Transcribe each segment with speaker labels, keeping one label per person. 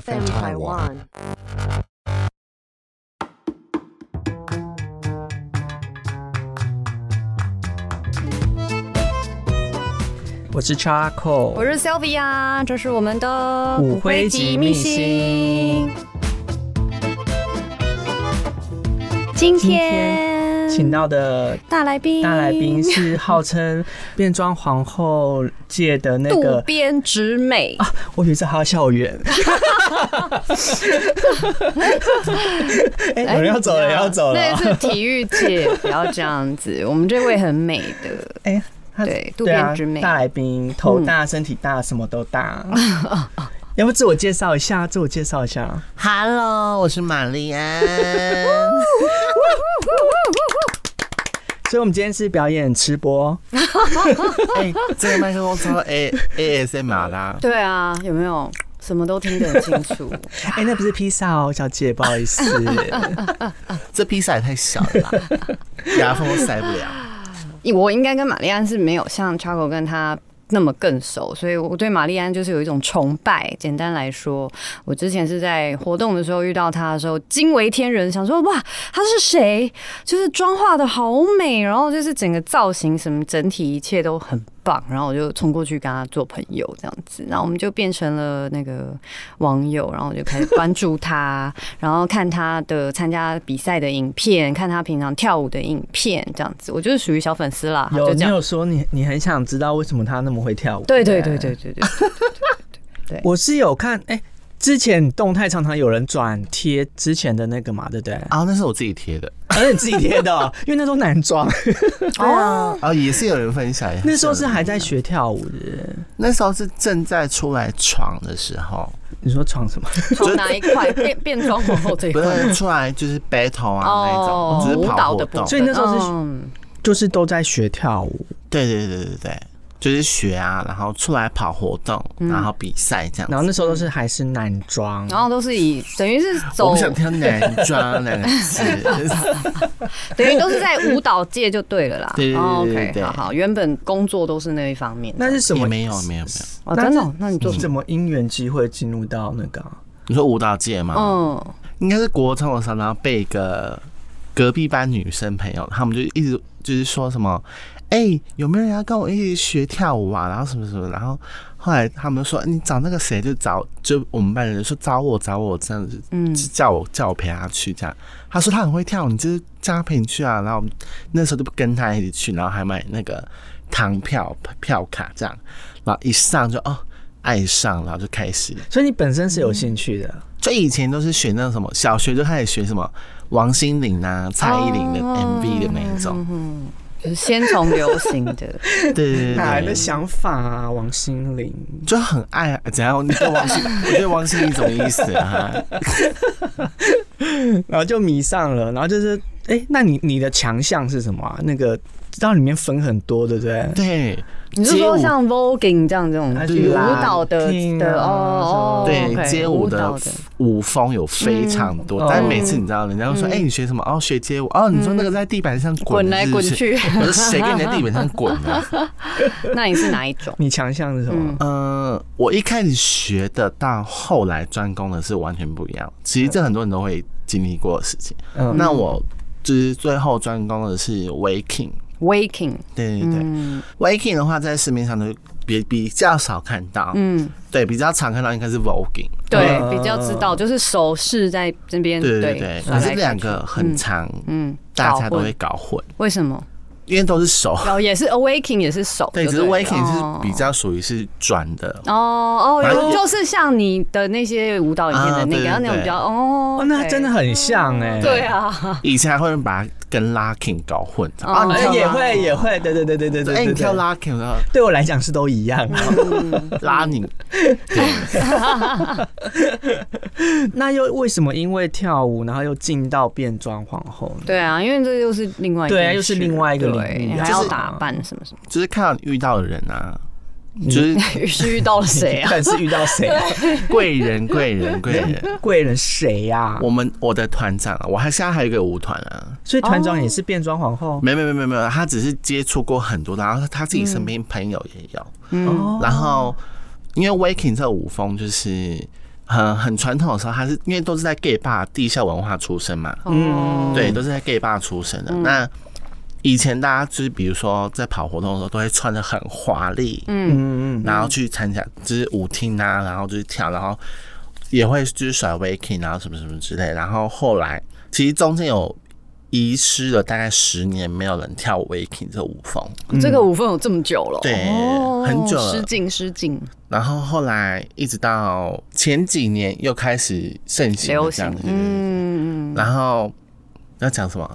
Speaker 1: FM Taiwan.
Speaker 2: 我是 Charcoal，
Speaker 3: 我是 Sylvia，这是我们的
Speaker 2: 骨灰级秘辛。
Speaker 3: 今
Speaker 2: 今
Speaker 3: 天
Speaker 2: 请到的
Speaker 3: 大来宾，
Speaker 2: 大来宾是号称变装皇后界的那
Speaker 3: 渡
Speaker 2: 个，啊
Speaker 3: 边直美，
Speaker 2: 我以为是哈 校园。哎、有人要走了，有人要走了。
Speaker 3: 啊那是体育 界，不要这样子。我们这位很美的，
Speaker 2: 哎、他
Speaker 3: 对渡
Speaker 2: 对啊
Speaker 3: 边嗯直美，
Speaker 2: 大来宾，头大、身体大，什么 都大。要不自我介绍一下？自我介绍一下。
Speaker 1: Hello，我是玛丽安。
Speaker 2: 所以，我们今天是表演吃播，
Speaker 1: 哎、这个麦克风超哎 A ASMR 啦。
Speaker 3: 对啊，有没有什么都听得很清楚？
Speaker 2: 哎、那不是披萨哦，小姐，不好 意思。
Speaker 1: 这披萨也太小了 啦，牙缝都塞不了。
Speaker 3: 我应该跟玛丽安是没有像 Chaco 跟他那么更熟，所以我对玛丽安就是有一种崇拜。简单来说，我之前是在活动的时候遇到她的时候，惊为天人，想说哇，她是谁？就是妆化的好美，然后就是整个造型什么，整体一切都很棒。然后我就冲过去跟她做朋友这样子，然后我们就变成了那个网友，然后我就开始关注她，然后看她的参加比赛的影片，看她平常跳舞的影片这样子。我就是属于小粉丝啦，
Speaker 2: 有
Speaker 3: 就
Speaker 2: 你
Speaker 3: 这样。
Speaker 2: 有说你你很想知道为什么他那么会跳舞？
Speaker 3: 对对对对对对对对
Speaker 2: 我是有看，哎、之前动态常常有人转贴之前的那个嘛，对不对？
Speaker 1: 啊，那是我自己贴的，
Speaker 2: 而且你自己贴的哦，因为那时候男 装，
Speaker 3: 哦，
Speaker 1: 啊，也是有人分享。
Speaker 2: 那时候是还在学跳舞的。
Speaker 1: 那时候是正在出来闯的时候，
Speaker 2: 你说闯什么？
Speaker 3: 从哪一块变变装皇后这一
Speaker 1: 不
Speaker 3: 块？
Speaker 1: 是出来就是 battle 啊那种，只
Speaker 3: 舞
Speaker 1: 是
Speaker 3: 蹈
Speaker 1: 跑
Speaker 3: 的
Speaker 1: 活
Speaker 3: 部分，
Speaker 1: 动。
Speaker 2: 所以那时候是
Speaker 3: 嗯
Speaker 2: 就是都在学跳舞，
Speaker 1: 对对对对对，就是学啊，然后出来跑活动，嗯然后比赛这样子。
Speaker 2: 然后那时候都是还是男装。
Speaker 3: 然后都是以等于是走
Speaker 1: 我不，想听男装两个 字，
Speaker 3: 等 于都是在舞蹈界就对了啦。
Speaker 1: 对对对
Speaker 3: 哦
Speaker 1: 对对
Speaker 3: ，OK，
Speaker 1: 对
Speaker 3: 好好，原本工作都是那一方面的。
Speaker 2: 那是什
Speaker 1: 也
Speaker 2: 么？
Speaker 1: 没有没有没有。
Speaker 3: 哦，真的哦，那你做什么？
Speaker 2: 什么因缘机会进入到那个啊
Speaker 1: 你说舞蹈界吗？
Speaker 3: 嗯，
Speaker 1: 应该是国中的时候，然后被一个隔壁班女生朋友，他们就一直就是说什么，哎、有没有人要跟我一起学跳舞啊？然后什么什么，然后后来他们就说，你找那个谁，就找就我们班的人说找我找我这样子，嗯，就叫我叫我陪他去啊这样。他说他很会跳舞，你就是叫他陪你去啊。然后我们那时候就跟他一起去，然后还买那个堂票票卡这样，然后一上就哦爱上，然后就开始。
Speaker 2: 所以你本身是有兴趣的，
Speaker 1: 就以前都是学那种什么，小学就开始学什么王心凌啊、蔡依林
Speaker 3: 哦
Speaker 1: 的 MV 的那一
Speaker 3: 嗯
Speaker 1: 种。
Speaker 3: 就是先从流行 的，
Speaker 1: 对对对
Speaker 2: 哪来的
Speaker 1: 对，
Speaker 2: 想法啊？王心 凌，
Speaker 1: 就很爱啊。怎样？你对王心，我对王心凌什么意思啊？
Speaker 2: 然后就迷上了，然后就是，哎、那你你的强项是什么啊？那个知道里面分很多，对不对？
Speaker 1: 对，
Speaker 3: 你是说
Speaker 1: 街舞
Speaker 3: 像 voguing 这样这种
Speaker 2: 还
Speaker 3: 舞
Speaker 2: 是啦
Speaker 3: 蹈的
Speaker 2: 听啊
Speaker 3: 的哦哦，
Speaker 2: 什么
Speaker 3: OK，
Speaker 1: 对街舞的
Speaker 3: 蹈的嗯
Speaker 1: 舞风有非常多，但每次你知道，人家会说：“哎，你学什么？哦，学街舞。哦，你说那个在地板上
Speaker 3: 嗯滚
Speaker 1: 滚
Speaker 3: 来
Speaker 1: 是
Speaker 3: 滚
Speaker 1: 不是？”
Speaker 3: 去，
Speaker 1: 我说谁跟你在地板上滚啊呢？
Speaker 3: 那你是哪一 种？
Speaker 2: 你强项是什么？
Speaker 1: 嗯，我一开始学的到后来专攻的是完全不一样。其实这很多人都会经历过的事情。
Speaker 2: 嗯
Speaker 1: 那我就是最后专攻的是 waking。
Speaker 3: 嗯 waking，嗯
Speaker 1: 对对对、w a k i n g 的话在市面上都比比较少看到，
Speaker 3: 嗯，
Speaker 1: 对，比较常看到应该是 voguing，
Speaker 3: 对，
Speaker 2: 嗯
Speaker 3: 比较知道，就是手势在这边，
Speaker 1: 呃对对对，
Speaker 3: 嗯甩来
Speaker 1: 可是两
Speaker 3: 甩去
Speaker 1: 个很常、
Speaker 3: 嗯，
Speaker 1: 大
Speaker 3: 搞
Speaker 1: 家都
Speaker 3: 混
Speaker 1: 会搞混，
Speaker 3: 为什 么？
Speaker 1: 因为都是手，
Speaker 3: 然后也是 awaking 也是手，
Speaker 1: 对，
Speaker 3: 就
Speaker 1: 只是
Speaker 3: 了
Speaker 1: waking 是比较属于是转的，
Speaker 3: 哦哦，
Speaker 1: 反正
Speaker 3: 有就是像你的那些舞蹈影片的那个，然
Speaker 1: 啊
Speaker 3: 后
Speaker 1: 对对对
Speaker 3: 那种比较哦
Speaker 2: 哦，，那真的
Speaker 3: OK
Speaker 2: 很像哎、
Speaker 3: 对啊，
Speaker 1: 以前还会把它跟 locking 搞混，
Speaker 3: 哦
Speaker 1: 啊，你
Speaker 2: 哎
Speaker 1: 跳
Speaker 2: 也
Speaker 1: locking，
Speaker 2: 会也会，对对对对对对
Speaker 1: 哎，你
Speaker 2: 对
Speaker 1: 跳
Speaker 2: 对，
Speaker 1: locking，然后
Speaker 2: 对我来讲是都一样。
Speaker 4: 嗯
Speaker 1: 拉你，对，
Speaker 2: 那又为什么因为跳舞，然后又进到变装皇后呢？
Speaker 3: 对啊，因为这又是另外一件
Speaker 2: 对啊又
Speaker 3: 事
Speaker 2: 是另外一个领
Speaker 3: 对
Speaker 2: 域啊
Speaker 3: 你还
Speaker 2: 就
Speaker 3: 要
Speaker 2: 是
Speaker 3: 打扮什么什么，
Speaker 1: 就是看到你遇到的人啊，就是
Speaker 3: 于是遇到了谁 啊？
Speaker 2: 但是遇到谁？
Speaker 1: 贵人贵人贵人，
Speaker 2: 贵人谁呀、
Speaker 4: 哦
Speaker 1: 我们我的团长，啊我还现在还有一个舞团啊，
Speaker 2: 所以团长也是变装皇后。
Speaker 1: 没有没有没有没有，他只是接触过很多，然后他自己身边朋友也有，
Speaker 2: 哦
Speaker 1: 然后因为 Waking 这舞风就是很很传统的时候，他是因为都是在 gay bar 地下文化出身嘛，
Speaker 3: 嗯，
Speaker 1: 对，都是在 gay bar 出身的。那以前大家就是比如说在跑活动的时候，都会穿的很华丽，
Speaker 4: 嗯嗯
Speaker 1: 然后去参加就是舞厅啊，然后就是跳，然后也会就是甩 waking 然后什么什么之类。然后后来其实中间有遗失了大概十年，没有人跳 waking 这舞风。
Speaker 3: 这个五分有这么久了，
Speaker 1: 对
Speaker 3: 哦
Speaker 1: 很久了
Speaker 3: 失敬失敬，
Speaker 1: 然后后来一直到前几年又开始盛行
Speaker 3: 流
Speaker 1: 了这
Speaker 3: 行
Speaker 1: 样子，，对对对
Speaker 3: 嗯，
Speaker 1: 然后要讲什么？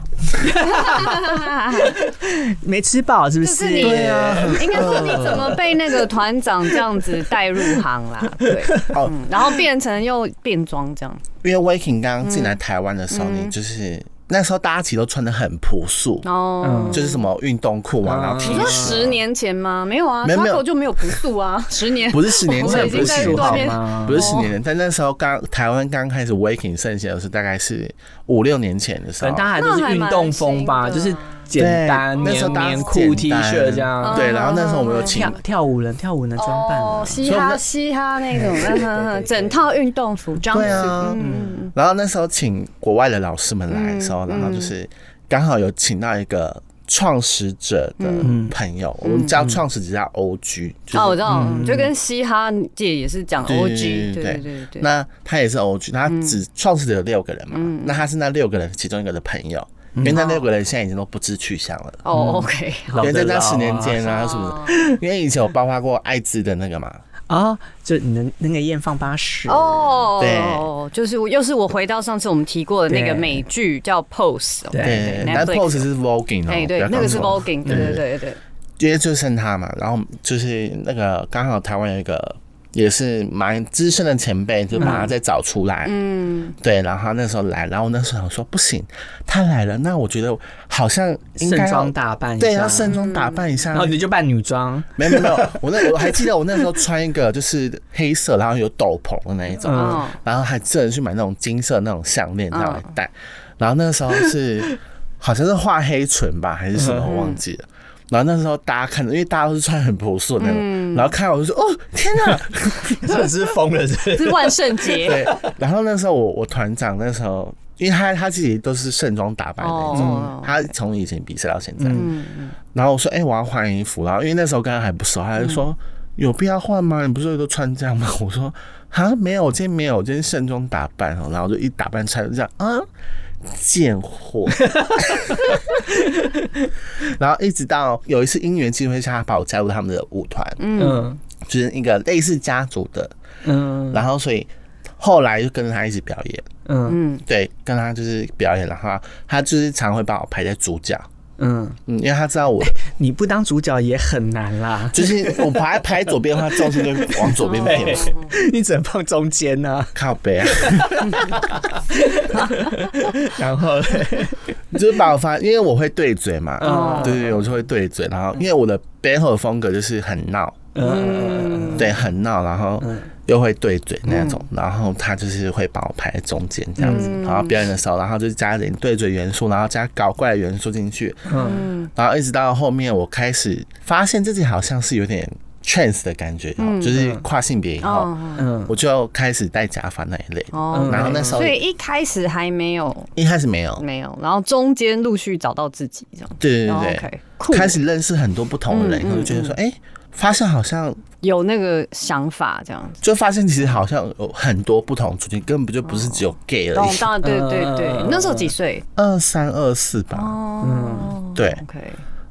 Speaker 4: 嗯，没吃饱是不
Speaker 3: 就是你，
Speaker 4: 啊
Speaker 3: 应该说你怎么被那个团长这样子带入行啦？对，
Speaker 1: 哦
Speaker 3: 嗯，然后变成又变装这样，
Speaker 1: 因为 Waking 刚
Speaker 4: 嗯
Speaker 1: 进来台湾的时候，你就是那时候大家其实都穿的很朴素，
Speaker 3: 哦，
Speaker 1: 就是什么运动裤啊，
Speaker 4: 嗯
Speaker 1: 然后 T
Speaker 3: 你说十
Speaker 1: 恤，
Speaker 3: 年前吗？没有啊，
Speaker 1: 没有没有
Speaker 3: Taco 就没有不素啊，十年
Speaker 1: 不是十年
Speaker 3: 我们
Speaker 1: 前，
Speaker 3: 已
Speaker 1: 不
Speaker 3: 经
Speaker 1: 是
Speaker 3: 在
Speaker 1: 十年
Speaker 3: 锻
Speaker 1: 前
Speaker 3: 炼。
Speaker 1: 不是十年前，但那时候刚台湾刚开始 Waking 盛行的时候，大概是五六年前的时
Speaker 4: 可
Speaker 1: 候
Speaker 4: 能。大家还都是运动风吧，
Speaker 3: 那还蛮
Speaker 4: 就是
Speaker 3: 新的啊
Speaker 4: 简单
Speaker 1: 对那时候
Speaker 4: 棉
Speaker 1: 大家
Speaker 4: 棉
Speaker 1: 简
Speaker 4: 裤、
Speaker 1: 单
Speaker 4: T 恤这样。哦
Speaker 1: 对，然后那时候我们有请
Speaker 4: 跳跳舞人，跳舞人的装扮啊
Speaker 3: 哦，，嘻
Speaker 1: 所以我
Speaker 3: 哈
Speaker 1: 们
Speaker 3: 嘻哈那 种，嗯哼哼整套运动服装
Speaker 1: 对啊
Speaker 3: 嗯嗯嗯
Speaker 1: 然后那时候请国外的老师们来的时候，然后就是刚好有请到一个创始者的朋友，我们叫创始者叫 OG，就是、
Speaker 3: 嗯
Speaker 1: 嗯
Speaker 3: 哦，我知道，就跟嘻哈界也是讲
Speaker 1: 对
Speaker 3: OG，
Speaker 1: 对
Speaker 3: 对
Speaker 1: 对
Speaker 3: 对对对，
Speaker 1: 那他也是 OG，他
Speaker 3: 嗯
Speaker 1: 只创始者有六个人嘛，那他是那六个人其中一个的朋友，因为那六个人现在已经都不知去向了。
Speaker 3: 嗯哦，OK，
Speaker 4: 老
Speaker 1: 因为
Speaker 4: 的
Speaker 1: 在那
Speaker 4: 老
Speaker 1: 十年
Speaker 4: 啊
Speaker 1: 间啊，是不是？因为以前有爆发过艾滋的那个嘛，
Speaker 4: 啊，就你的那个验放八十，
Speaker 3: 哦，
Speaker 1: 对
Speaker 3: 就是我又是我回到上次我们提过的那个
Speaker 4: 对
Speaker 3: 美剧叫 Pose，哦
Speaker 4: 对
Speaker 3: 对
Speaker 1: 对，但
Speaker 3: Netflix
Speaker 1: pose 是 voguing 哦，
Speaker 3: 哎，
Speaker 1: 不
Speaker 3: 对
Speaker 1: 要，
Speaker 3: 那
Speaker 1: 搞
Speaker 3: 个是
Speaker 1: 错
Speaker 3: Voguing，对对
Speaker 1: 对
Speaker 3: 对对，
Speaker 1: 因为就剩他嘛，然后就是那个刚好台湾有一个也是蛮资深的前辈，就把他再找出来，
Speaker 3: 嗯，
Speaker 1: 对，然后他那时候来，然后我那时候想说不行，他来了，那我觉得好像应该
Speaker 4: 盛
Speaker 1: 要
Speaker 4: 装打扮一下，嗯
Speaker 1: 对，要盛装打扮一下
Speaker 4: 然。后你就扮女装，
Speaker 1: 没有没有没有，我那我还记得我那时候穿一个就是黑色，然后有斗篷的那一种，
Speaker 3: 哦，
Speaker 1: 然后还真的去买那种金色那种项链这样来戴。然后那时候是好像是画黑唇吧，还是什么，我忘记了。然后那时候大家看着，因为大家都是穿很朴素的那种，然后看到我就说：“哦，天哪
Speaker 4: 真的是疯了，是
Speaker 3: 是万圣！”节，
Speaker 1: 对。然后那时候我我团长那时候，因为他他自己都是盛装打扮的那种，
Speaker 3: 哦，
Speaker 1: 他从以前比赛到现在。
Speaker 3: 嗯嗯，
Speaker 1: 然后我说：“哎、我要换衣服。”然后因为那时候刚刚还不熟，他就说：“
Speaker 3: 嗯
Speaker 1: 有必要换吗？你不是都穿这样吗？” 我说：“啊，没有，我今天没有，我今天盛装打扮哦。”然后我就一打扮穿就这样啊，贱货。 然后一直到有一次因缘机会下，他把我加入他们的舞团，
Speaker 4: 嗯
Speaker 1: 就是一个类似家族的。
Speaker 4: 嗯
Speaker 1: 然后所以后来就跟着他一起表演，
Speaker 4: 嗯
Speaker 1: 对，跟他就是表演。然后他他就是常会把我排在主角，
Speaker 4: 嗯，
Speaker 1: 嗯，因为他知道我
Speaker 4: 你不当主角也很难啦，
Speaker 1: 就是我排排左边的话，重心就会往左边 偏，
Speaker 4: 你只能放中间呐、
Speaker 1: 靠背啊，
Speaker 4: 然后嘞，
Speaker 1: 就是把我发，因为我会对嘴嘛，
Speaker 4: 嗯
Speaker 1: 对对对，我就会对嘴，然后因为我的 battle 的风格就是很闹，
Speaker 4: 嗯，
Speaker 1: 对，很闹，然后又会对嘴那种，然后他就是会把我排在中间这样子，
Speaker 3: 嗯
Speaker 1: 然后表演的时候，然后就加点对嘴元素，然后加搞怪的元素进去，
Speaker 3: 嗯
Speaker 1: 然后一直到后面我开始发现自己好像是有点 trans 的感觉，就是跨性别以后，
Speaker 3: 嗯哦
Speaker 4: 嗯，
Speaker 1: 我就开始戴假发那一类，
Speaker 3: 哦，
Speaker 1: 然后那时候
Speaker 3: 所以一开始还没有
Speaker 1: 一开始没有，
Speaker 3: 没有，然后中间陆续找到自己这样，
Speaker 1: 对对
Speaker 3: 哦
Speaker 1: 对对
Speaker 3: OK，酷，嗯
Speaker 1: 开始认识很多不同的人，我就觉得说，哎、发现好像
Speaker 3: 有那个想法这样子。
Speaker 1: 就发现其实好像有很多不同族群，根本就不是只有 gay 而
Speaker 3: 懂
Speaker 1: 已，，
Speaker 3: 哦当然对对对，
Speaker 4: 嗯
Speaker 3: 那时候几岁？
Speaker 1: 二三二四吧。
Speaker 4: 嗯
Speaker 3: 哦，
Speaker 1: 对
Speaker 3: ，OK，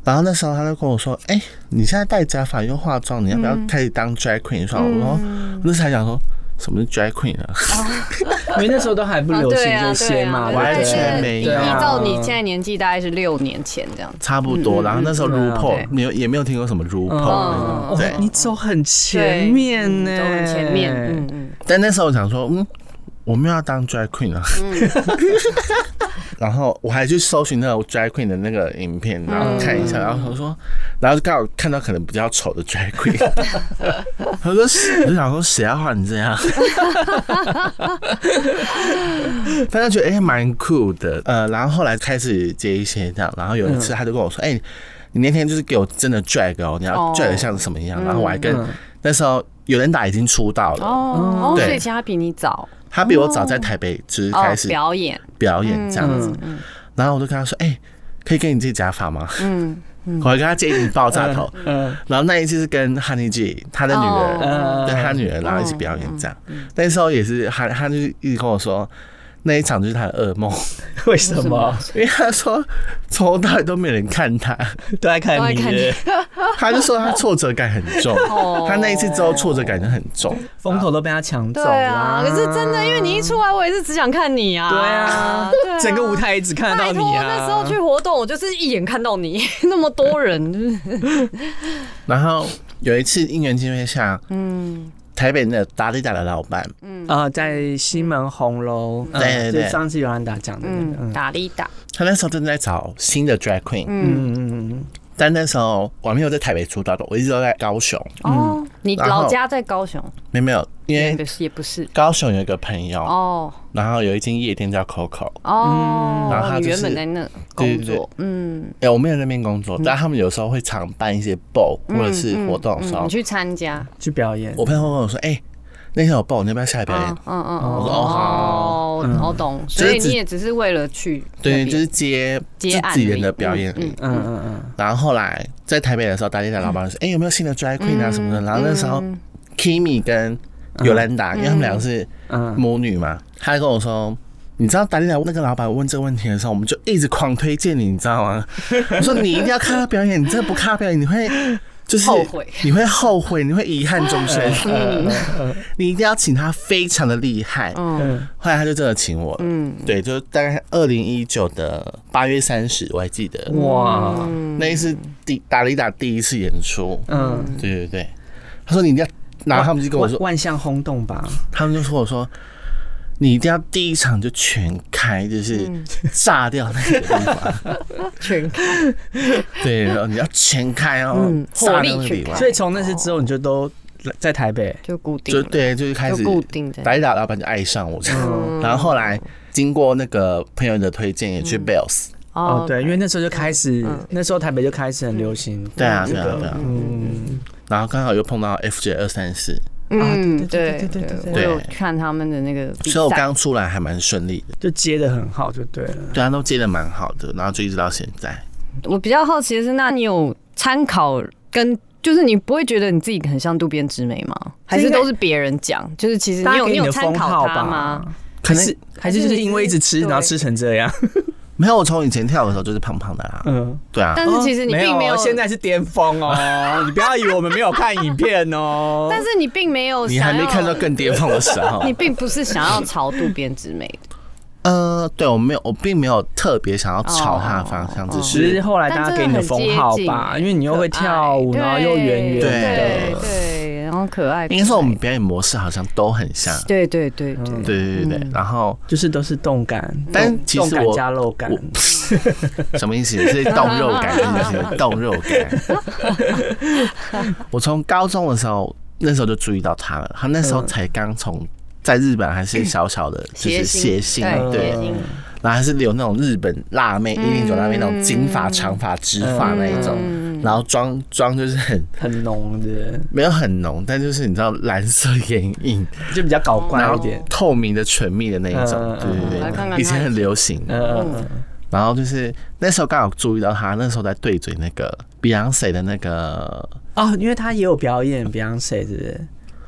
Speaker 1: 然后那时候他就跟我说，哎、你现在戴假发又化妆，你要不
Speaker 4: 嗯
Speaker 1: 要开始当 drag queen 算了？我说，哦我那时候还想说。什么是 drag queen 啊？
Speaker 4: 因为那时候都还不流行这些嘛，
Speaker 3: 啊对啊对啊
Speaker 1: 完
Speaker 3: 对
Speaker 1: 全没有
Speaker 3: 对依照你
Speaker 4: 对啊
Speaker 3: 现在年纪，大概是六年前这样子。
Speaker 1: 差不多。然后那时候
Speaker 4: 嗯
Speaker 1: RuPaul
Speaker 3: 对
Speaker 1: 没有也没有听过什么 RuPaul 那
Speaker 4: 哦
Speaker 1: 种，对。
Speaker 4: 你走很前面呢、
Speaker 3: 对嗯走很前面，嗯嗯，
Speaker 1: 但那时候我想说，嗯，我们要当 drag queen 啊。 然后我还去搜寻那个 drag queen 的那个影片，然后看一下，然后我说，然后就刚好看到可能比较丑的 drag queen，他说谁，我就想说谁要画你这样，但他觉得哎蛮、酷的，呃，然后后来开始接一些这样，然后有一次他就跟我说，哎、你那天就是给我真的 drag 哦，你要
Speaker 3: 哦
Speaker 1: drag 得像什么样？然后我还跟
Speaker 4: 嗯
Speaker 1: 那时候有人打已经出道了，
Speaker 3: 哦，
Speaker 1: 对
Speaker 3: 所以其实他比你早
Speaker 1: 他比我早在台北就是
Speaker 3: 哦
Speaker 1: 开始
Speaker 3: 表嗯演，
Speaker 1: 表演这样子。然后我就跟他说：“哎、可以给你借假发吗？”
Speaker 3: 嗯，
Speaker 1: 我还跟他借一顶爆炸头。
Speaker 2: 嗯，
Speaker 1: 然后那一次是跟 Honey G 他的女儿、
Speaker 4: 嗯
Speaker 2: 哦
Speaker 1: 跟他女儿，然后一起表演这样。
Speaker 3: 嗯
Speaker 1: 那时候也是他，他就一直跟我说。那一场就是他的噩梦，
Speaker 2: 为什么
Speaker 1: 因为他说从头到尾都没有人 看他，
Speaker 2: 都在看
Speaker 3: 都在
Speaker 2: 你
Speaker 3: 看你
Speaker 2: 耶？
Speaker 1: 他就说他挫折感很重
Speaker 3: 哦，
Speaker 1: 他那一次之后挫折感就很重。
Speaker 2: 风头都被他抢走
Speaker 3: 对
Speaker 2: 了。
Speaker 3: 啊，可是真的，因为你一出来，我也是只想看你啊，
Speaker 2: 对啊
Speaker 3: 对啊，
Speaker 2: 整个舞。台也只看得到
Speaker 3: 拜
Speaker 2: 你
Speaker 3: 托，
Speaker 2: 啊。
Speaker 3: 那时候去活动，我就是一眼看到你， 那么多人，就是
Speaker 1: 然后有一次因缘机会下，
Speaker 3: 嗯，
Speaker 1: 台北的达利达的老板，
Speaker 2: 啊、在西门红楼，嗯
Speaker 1: 对对对
Speaker 2: 就上次尤兰达讲的那个，
Speaker 3: 嗯，
Speaker 2: 嗯
Speaker 3: 打了一打，
Speaker 1: 他那时候正在找新的 drag queen，、
Speaker 3: 嗯，
Speaker 2: 嗯嗯嗯，
Speaker 1: 但那时候我还没有在台北出道的，我一直都在高雄。
Speaker 3: 哦，你
Speaker 1: 嗯然后
Speaker 3: 老家在高雄，
Speaker 1: 没有没有，因
Speaker 3: 也
Speaker 1: 为
Speaker 3: 不是也不是，
Speaker 1: 高雄有一个朋友，
Speaker 3: 哦
Speaker 1: 然后有一间夜店叫 Coco，然后嗯
Speaker 3: 哦，
Speaker 1: 他
Speaker 3: 你
Speaker 1: 就
Speaker 3: 原
Speaker 1: 是
Speaker 3: 本在那
Speaker 1: 对
Speaker 3: 工
Speaker 1: 对对
Speaker 3: 作，嗯，
Speaker 1: 哎、我没有在那边工作，但他们有时候会常办一些 ball 或者是活动的时
Speaker 3: 嗯
Speaker 1: 候，
Speaker 3: 你去参加，
Speaker 2: 去表演。
Speaker 1: 我朋友会跟我说：“哎、那天有 ball，你要不要下来表演？”
Speaker 3: 嗯嗯嗯，
Speaker 1: 我说哦好嗯
Speaker 3: 哦，我懂，所以你也只是为了去那
Speaker 1: 对，
Speaker 3: 边，
Speaker 1: 就是接
Speaker 3: 接
Speaker 1: 自
Speaker 3: 案
Speaker 1: 己人
Speaker 3: 例
Speaker 1: 的表演。
Speaker 3: 嗯嗯
Speaker 2: 嗯嗯嗯，
Speaker 1: 然后后来在台北的时候，打电话老板说：“哎、有没有新的 drag queen 啊什么的？”然后那时候 Kimi 跟
Speaker 3: 嗯
Speaker 1: 尤兰达，因为他们两个是
Speaker 2: 嗯
Speaker 1: 母女嘛，他跟我说。你知道打电话那个老板问这个问题的时候，我们就一直狂推荐你，你知道 吗？我说你一定要看他表演，你真的不看他表演，你会就是
Speaker 3: 后悔，
Speaker 1: 你会后悔，你会遗憾终 生。嗯你一定要请他，非常的厉害。
Speaker 2: 嗯
Speaker 1: 后来他就真的请我了，
Speaker 3: 嗯
Speaker 1: 对，就大概二零一九的八月三十，我还记得。
Speaker 2: 哇，
Speaker 3: 嗯
Speaker 1: 那一次第打了一打第一次演出，
Speaker 2: 嗯，
Speaker 1: 对对对，他说你一定要，然后他们就跟我
Speaker 2: 万
Speaker 1: 说，
Speaker 2: 万象轰动吧，
Speaker 1: 他们就说我说你一定要第一场就全开，就是
Speaker 3: 嗯
Speaker 1: 炸掉那个地 方，
Speaker 3: 全
Speaker 1: 对，然后你要全开哦
Speaker 3: 嗯，
Speaker 1: 炸掉那个地
Speaker 3: 火力全
Speaker 1: 方
Speaker 3: 开
Speaker 2: 所，以从那次之后你就都在台北。
Speaker 3: 就固定
Speaker 1: 就
Speaker 3: 了，
Speaker 1: 对，就是开
Speaker 3: 就
Speaker 1: 始
Speaker 3: 固定在
Speaker 1: 打一打，老板就爱上我这
Speaker 2: 嗯
Speaker 1: 样，然后后来经过那个朋友的推荐，也
Speaker 3: 嗯
Speaker 1: 去 Bells，
Speaker 2: 哦，对，因
Speaker 3: 对，
Speaker 2: 为那时候就开始，那时候台北就开始很流行。
Speaker 1: 对啊
Speaker 2: 这
Speaker 1: 对啊
Speaker 2: 个
Speaker 1: 对啊，
Speaker 2: 嗯，
Speaker 1: 然后刚好又碰到 FJ 二三四，
Speaker 3: 嗯
Speaker 2: 啊对对对对对对
Speaker 3: 我有看他们的那个比赛，
Speaker 1: 所以我刚出来还蛮顺利的，
Speaker 2: 就接的很好，就对了。
Speaker 1: 对他都接的蛮好的，然后就一直到现在。
Speaker 3: 我比较好奇的是，那你有参考跟？就是你不会觉得你自己很像渡边直美吗？还是都是别人讲？就是其实你
Speaker 2: 大家
Speaker 3: 有
Speaker 2: 给
Speaker 3: 有
Speaker 2: 的
Speaker 3: 参
Speaker 2: 封
Speaker 3: 考
Speaker 2: 号
Speaker 3: 他
Speaker 2: 吧哦
Speaker 3: 吗？？
Speaker 2: 还是还是就是因为一直吃，
Speaker 3: 对
Speaker 2: 然后吃成这样。
Speaker 1: 没有，我从以前跳舞的时候就是胖胖的啦。
Speaker 2: 嗯，
Speaker 1: 对啊，
Speaker 3: 但是其实你
Speaker 2: 没
Speaker 3: 并没
Speaker 2: 有
Speaker 3: 有
Speaker 2: 哦，现在是巅峰 哦，你不要以为我们没有看影片哦。
Speaker 3: 但是你并没有，
Speaker 1: 你还没看到，更巅峰的 时候
Speaker 3: 你。并不是想要朝渡边直美的，
Speaker 1: 呃，对我没有，我并没有特别想要朝他的方向，
Speaker 3: 哦
Speaker 1: 只
Speaker 2: 只是
Speaker 1: 是
Speaker 2: 后来大家给你的封号吧，因为你又会跳舞，然后又圆圆
Speaker 3: 对
Speaker 2: 的，
Speaker 3: 对，然后可爱。
Speaker 1: 应该说我们表演模式好像都很像。
Speaker 3: 对对对对，
Speaker 2: 嗯
Speaker 1: 对对对对，然后
Speaker 2: 就是都是动感，
Speaker 1: 但
Speaker 2: 动
Speaker 1: 其实
Speaker 2: 动感
Speaker 1: 我
Speaker 2: 加肉感
Speaker 1: 我。 什么意思？是动肉感的意思，动肉感。 我从高中的时候，那时候就注意到他了，他那时候才刚从。在日本还是小小的，就是谐星，对
Speaker 3: 对，谐，星
Speaker 2: 嗯
Speaker 1: 然后还是留那种日本辣妹一零九辣妹那种金发长发直发那一种，然后妆妆就是很
Speaker 2: 很浓的，
Speaker 1: 没有很浓，但就是你知道蓝色眼影，
Speaker 2: 就比较搞怪
Speaker 1: 然后
Speaker 2: 一点。
Speaker 1: 透明的唇蜜的那一种
Speaker 2: 嗯，
Speaker 1: 对
Speaker 2: 嗯
Speaker 3: 来
Speaker 1: 对
Speaker 3: 看看
Speaker 1: 对，
Speaker 3: 他
Speaker 1: 以前很流行。
Speaker 2: 嗯，
Speaker 1: 然后就是那时候刚好注意到他，那时候在对嘴那个 Beyonce 的那个，
Speaker 2: 哦，因为他也有表演 Beyonce，是不是？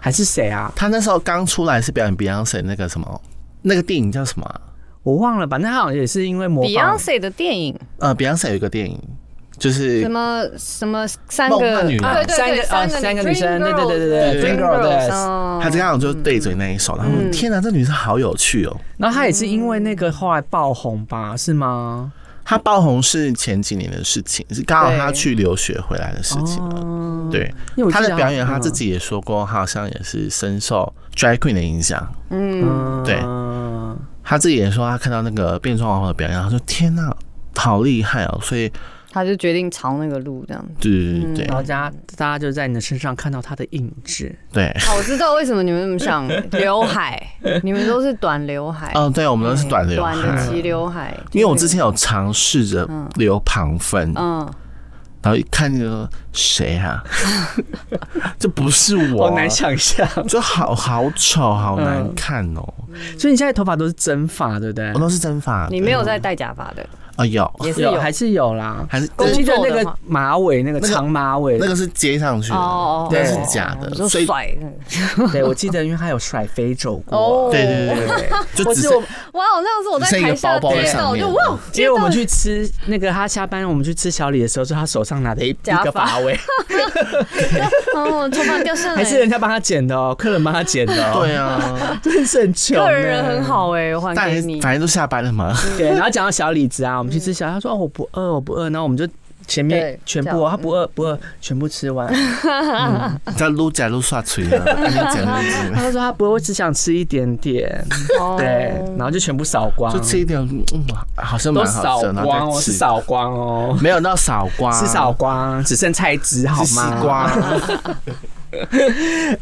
Speaker 2: 还是谁啊？
Speaker 1: 他那时候刚出来是表演 Beyonce 那个什么，那个电影叫什么啊？
Speaker 2: 我忘了，反正他好像也是因为模仿
Speaker 3: Beyonce 的电影
Speaker 1: 呃，Beyonce 有一个电影，就是
Speaker 3: 什么什么三个
Speaker 2: 三个啊三个女生，对对对对对
Speaker 1: Dream
Speaker 2: ，Dream Girl 的。
Speaker 3: 嗯
Speaker 1: 他这样就对嘴那一首，然后我天哪，这女生好有趣哦。
Speaker 2: 然后他也是因为那个后来爆红吧，是吗？
Speaker 1: 她爆红是前几年的事情，是刚好她
Speaker 3: 对
Speaker 1: 去留学回来的事情了。
Speaker 3: 嗯
Speaker 2: 哦，
Speaker 1: 对
Speaker 2: 因为我，记
Speaker 1: 她
Speaker 2: 得
Speaker 1: 的表演，
Speaker 2: 她
Speaker 1: 她自己也说过，她好像也是深受 drag queen 的影响。
Speaker 2: 嗯，
Speaker 1: 对她自己也说，她看到那个变装皇后的表演，她说：“天呐，好厉害哦！”所以，
Speaker 3: 他就决定朝那个路这样。
Speaker 1: 对对对
Speaker 3: 嗯
Speaker 2: 然后大家大家就在你的身上看到他的影子，
Speaker 1: 对，
Speaker 3: 哦，我知道为什么你们那么 想刘海，你们都是短刘海，
Speaker 1: 嗯，对，我们都是短刘
Speaker 3: 哎短的
Speaker 1: 海，
Speaker 3: 齐刘海。
Speaker 1: 因为我之前有尝试着留旁分，
Speaker 3: 嗯，
Speaker 1: 然后一看那个谁 啊，这不是我，
Speaker 2: 好难想象。
Speaker 1: 就好好丑，好难看哦、
Speaker 2: 所以你现在头发都是真发，对不对
Speaker 1: 我？都是真发，
Speaker 3: 嗯你没有在戴假发的，
Speaker 1: 啊有，
Speaker 3: 哦也是有。
Speaker 2: 还是有啦。
Speaker 1: 还是
Speaker 3: 工
Speaker 2: 我
Speaker 3: 作
Speaker 2: 记得
Speaker 3: 的
Speaker 2: 那个
Speaker 3: 嘛
Speaker 2: 马尾，那个长马尾，
Speaker 1: 那个是接上去的，
Speaker 3: 哦哦，
Speaker 1: 那
Speaker 2: 对
Speaker 1: 是假的，
Speaker 3: 就
Speaker 1: 所以
Speaker 3: 甩。
Speaker 2: 对我记得，因为他有甩飞走过。
Speaker 3: 哦
Speaker 1: 对 对对对，对就
Speaker 2: 我
Speaker 1: 只
Speaker 2: 是
Speaker 1: 是
Speaker 2: 我，
Speaker 3: 哇，那时候我在
Speaker 1: 剩一个
Speaker 3: 台下
Speaker 1: 包包在
Speaker 3: 跌
Speaker 1: 上
Speaker 3: 倒，
Speaker 1: 面哦
Speaker 3: 就哇，
Speaker 2: 因为我们去吃那个，他下班我们去吃小李的时候，就他手上拿的一
Speaker 3: 假
Speaker 2: 一个
Speaker 3: 发
Speaker 2: 发 尾，
Speaker 3: 哦，头发掉下来，
Speaker 2: 还是人家帮他剪的哦，客人帮他剪的哦，
Speaker 1: 对啊，
Speaker 2: 真是很穷。
Speaker 3: 个人人很。好哎，还
Speaker 1: 但
Speaker 3: 给你。
Speaker 1: 反正都下班了嘛，
Speaker 2: 对，然后讲到小李子啊，我们去吃小，他说哦我不饿，我不饿，然后我们就前面
Speaker 3: 嗯对
Speaker 2: 全
Speaker 3: 这
Speaker 2: 部
Speaker 3: 样
Speaker 2: 哦他不饿不饿，全部吃完。
Speaker 1: 在撸假撸刷啊锤了，跟你讲那
Speaker 2: 他说他不饿，我只想吃一点点，
Speaker 3: 哦
Speaker 2: 对，然后就全部扫光，
Speaker 1: 就吃一点，嗯，好像
Speaker 2: 都
Speaker 1: 蛮好
Speaker 2: 扫
Speaker 1: 吃的，然
Speaker 2: 光
Speaker 1: 后
Speaker 2: 哦，
Speaker 1: 再
Speaker 2: 是
Speaker 1: 吃，
Speaker 2: 扫光哦。
Speaker 1: 没有到扫光，
Speaker 2: 是扫光，只剩菜汁好
Speaker 1: 是
Speaker 2: 吗？
Speaker 1: 西瓜，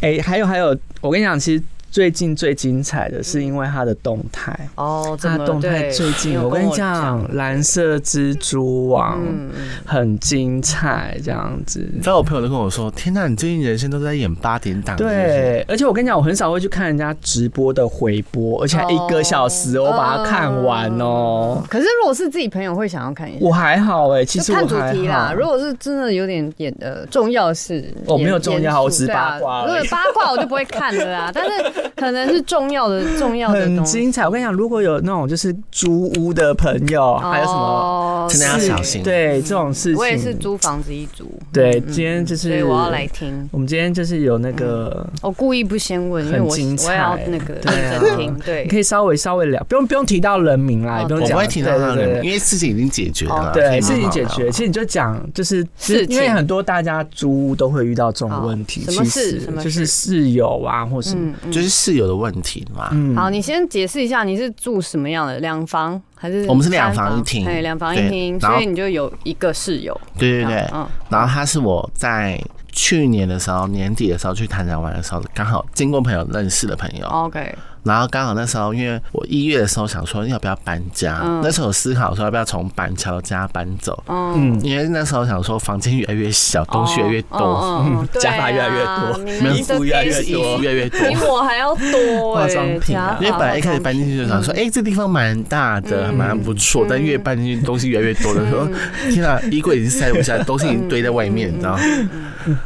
Speaker 2: 哎、还有还有，我跟你讲，其实最近最精彩的是因为它的动态，
Speaker 3: 哦，怎
Speaker 2: 它
Speaker 3: 么
Speaker 2: 的动态
Speaker 3: 对
Speaker 2: 最近，
Speaker 3: 你有
Speaker 2: 我跟
Speaker 3: 跟
Speaker 2: 你讲，蓝色蜘蛛网、
Speaker 3: 嗯，嗯
Speaker 2: 很精彩，这样子。
Speaker 1: 你知道我朋友都跟我说，天呐，你最近人生都在演八点档，是不是，
Speaker 2: 对，而且我跟你讲，我很少会去看人家直播的回播，而
Speaker 3: 哦
Speaker 2: 且还一个小时，我把它看完哦。
Speaker 3: 可是如果是自己朋友会想要看一下，
Speaker 2: 我还好哎、其实
Speaker 3: 就
Speaker 2: 我
Speaker 3: 看主
Speaker 2: 还
Speaker 3: 题啦
Speaker 2: 好。。
Speaker 3: 如果是真的有点演呃重要的事，
Speaker 2: 哦没有
Speaker 3: 严
Speaker 2: 重要
Speaker 3: 严肃
Speaker 2: 我只是
Speaker 3: 对啊
Speaker 2: 八卦而已
Speaker 3: 如果八卦我就不会看了 啦。但是可能是重要的重要的
Speaker 2: 很
Speaker 3: 东西，
Speaker 2: 精彩，我跟你讲，如果有那种就是租屋的朋友，还有什么
Speaker 3: 哦
Speaker 1: 真的要
Speaker 2: 事
Speaker 1: 小心
Speaker 2: 对这种事情，
Speaker 3: 我也是租房子一族，
Speaker 2: 对，今天就是
Speaker 3: 所以我要来听。
Speaker 2: 我们今天就是有那个，
Speaker 3: 我故意不先问，因为
Speaker 2: 很
Speaker 3: 我
Speaker 2: 精
Speaker 3: 我也要
Speaker 2: 彩
Speaker 3: 那个
Speaker 2: 对啊
Speaker 3: 认真听。
Speaker 2: 你可
Speaker 3: 对，
Speaker 2: 以稍微稍微聊，不用不用提到人名啦，
Speaker 3: 嗯哦
Speaker 2: 也不用
Speaker 1: 我
Speaker 2: 讲，
Speaker 1: 不会听到他
Speaker 2: 对
Speaker 1: 的
Speaker 2: 对
Speaker 1: 名，因为事情已经解决了，
Speaker 2: 对对，
Speaker 1: 可
Speaker 2: 事
Speaker 1: 以
Speaker 2: 情解
Speaker 1: 好
Speaker 2: 决，其实你就讲，就是其
Speaker 3: 事
Speaker 2: 实
Speaker 3: 情哦
Speaker 2: 因为很多大家租屋都会遇到这种问题，
Speaker 3: 好什
Speaker 2: 其
Speaker 3: 么事
Speaker 2: 实
Speaker 3: 什么事
Speaker 2: 就是室友啊，或什么，
Speaker 3: 嗯，嗯
Speaker 1: 就是室友的问题嘛，
Speaker 2: 嗯，
Speaker 3: 好，你先解释一下，你是住什么样的？两房还是？
Speaker 1: 我们是两房一厅
Speaker 3: 对，两房一
Speaker 1: 对
Speaker 3: 厅，
Speaker 1: 然后
Speaker 3: 所以你就有一个室友。
Speaker 1: 对对对，
Speaker 3: 嗯，
Speaker 1: 然后他是我在去年的时候，年底的时候去台南玩的时候，刚好经过朋友认识的朋友，
Speaker 3: 嗯 OK，
Speaker 1: 然后刚好那时候因为我一月的时候想说要不要搬家，
Speaker 3: 嗯
Speaker 1: 那时候有思考说要不要从板桥家搬走，
Speaker 3: 嗯，
Speaker 2: 嗯，
Speaker 1: 因为那时候想说房间越来越小，东西越来越多，
Speaker 3: 哦，
Speaker 2: 假发越来越多
Speaker 1: 衣
Speaker 2: 服越来越
Speaker 1: 衣服
Speaker 2: 多
Speaker 1: 越来越多。
Speaker 3: 啊比我还要多
Speaker 2: 化
Speaker 3: 哎，
Speaker 2: 妆品啊
Speaker 1: 因为本来一开始搬进去就想说，哎、这地方蛮大的，
Speaker 3: 嗯
Speaker 1: 蛮不错。但越搬进去东西越来越多的时候，天啊，衣柜已经塞不下，东西已经堆在外面，你知道吗？
Speaker 3: 嗯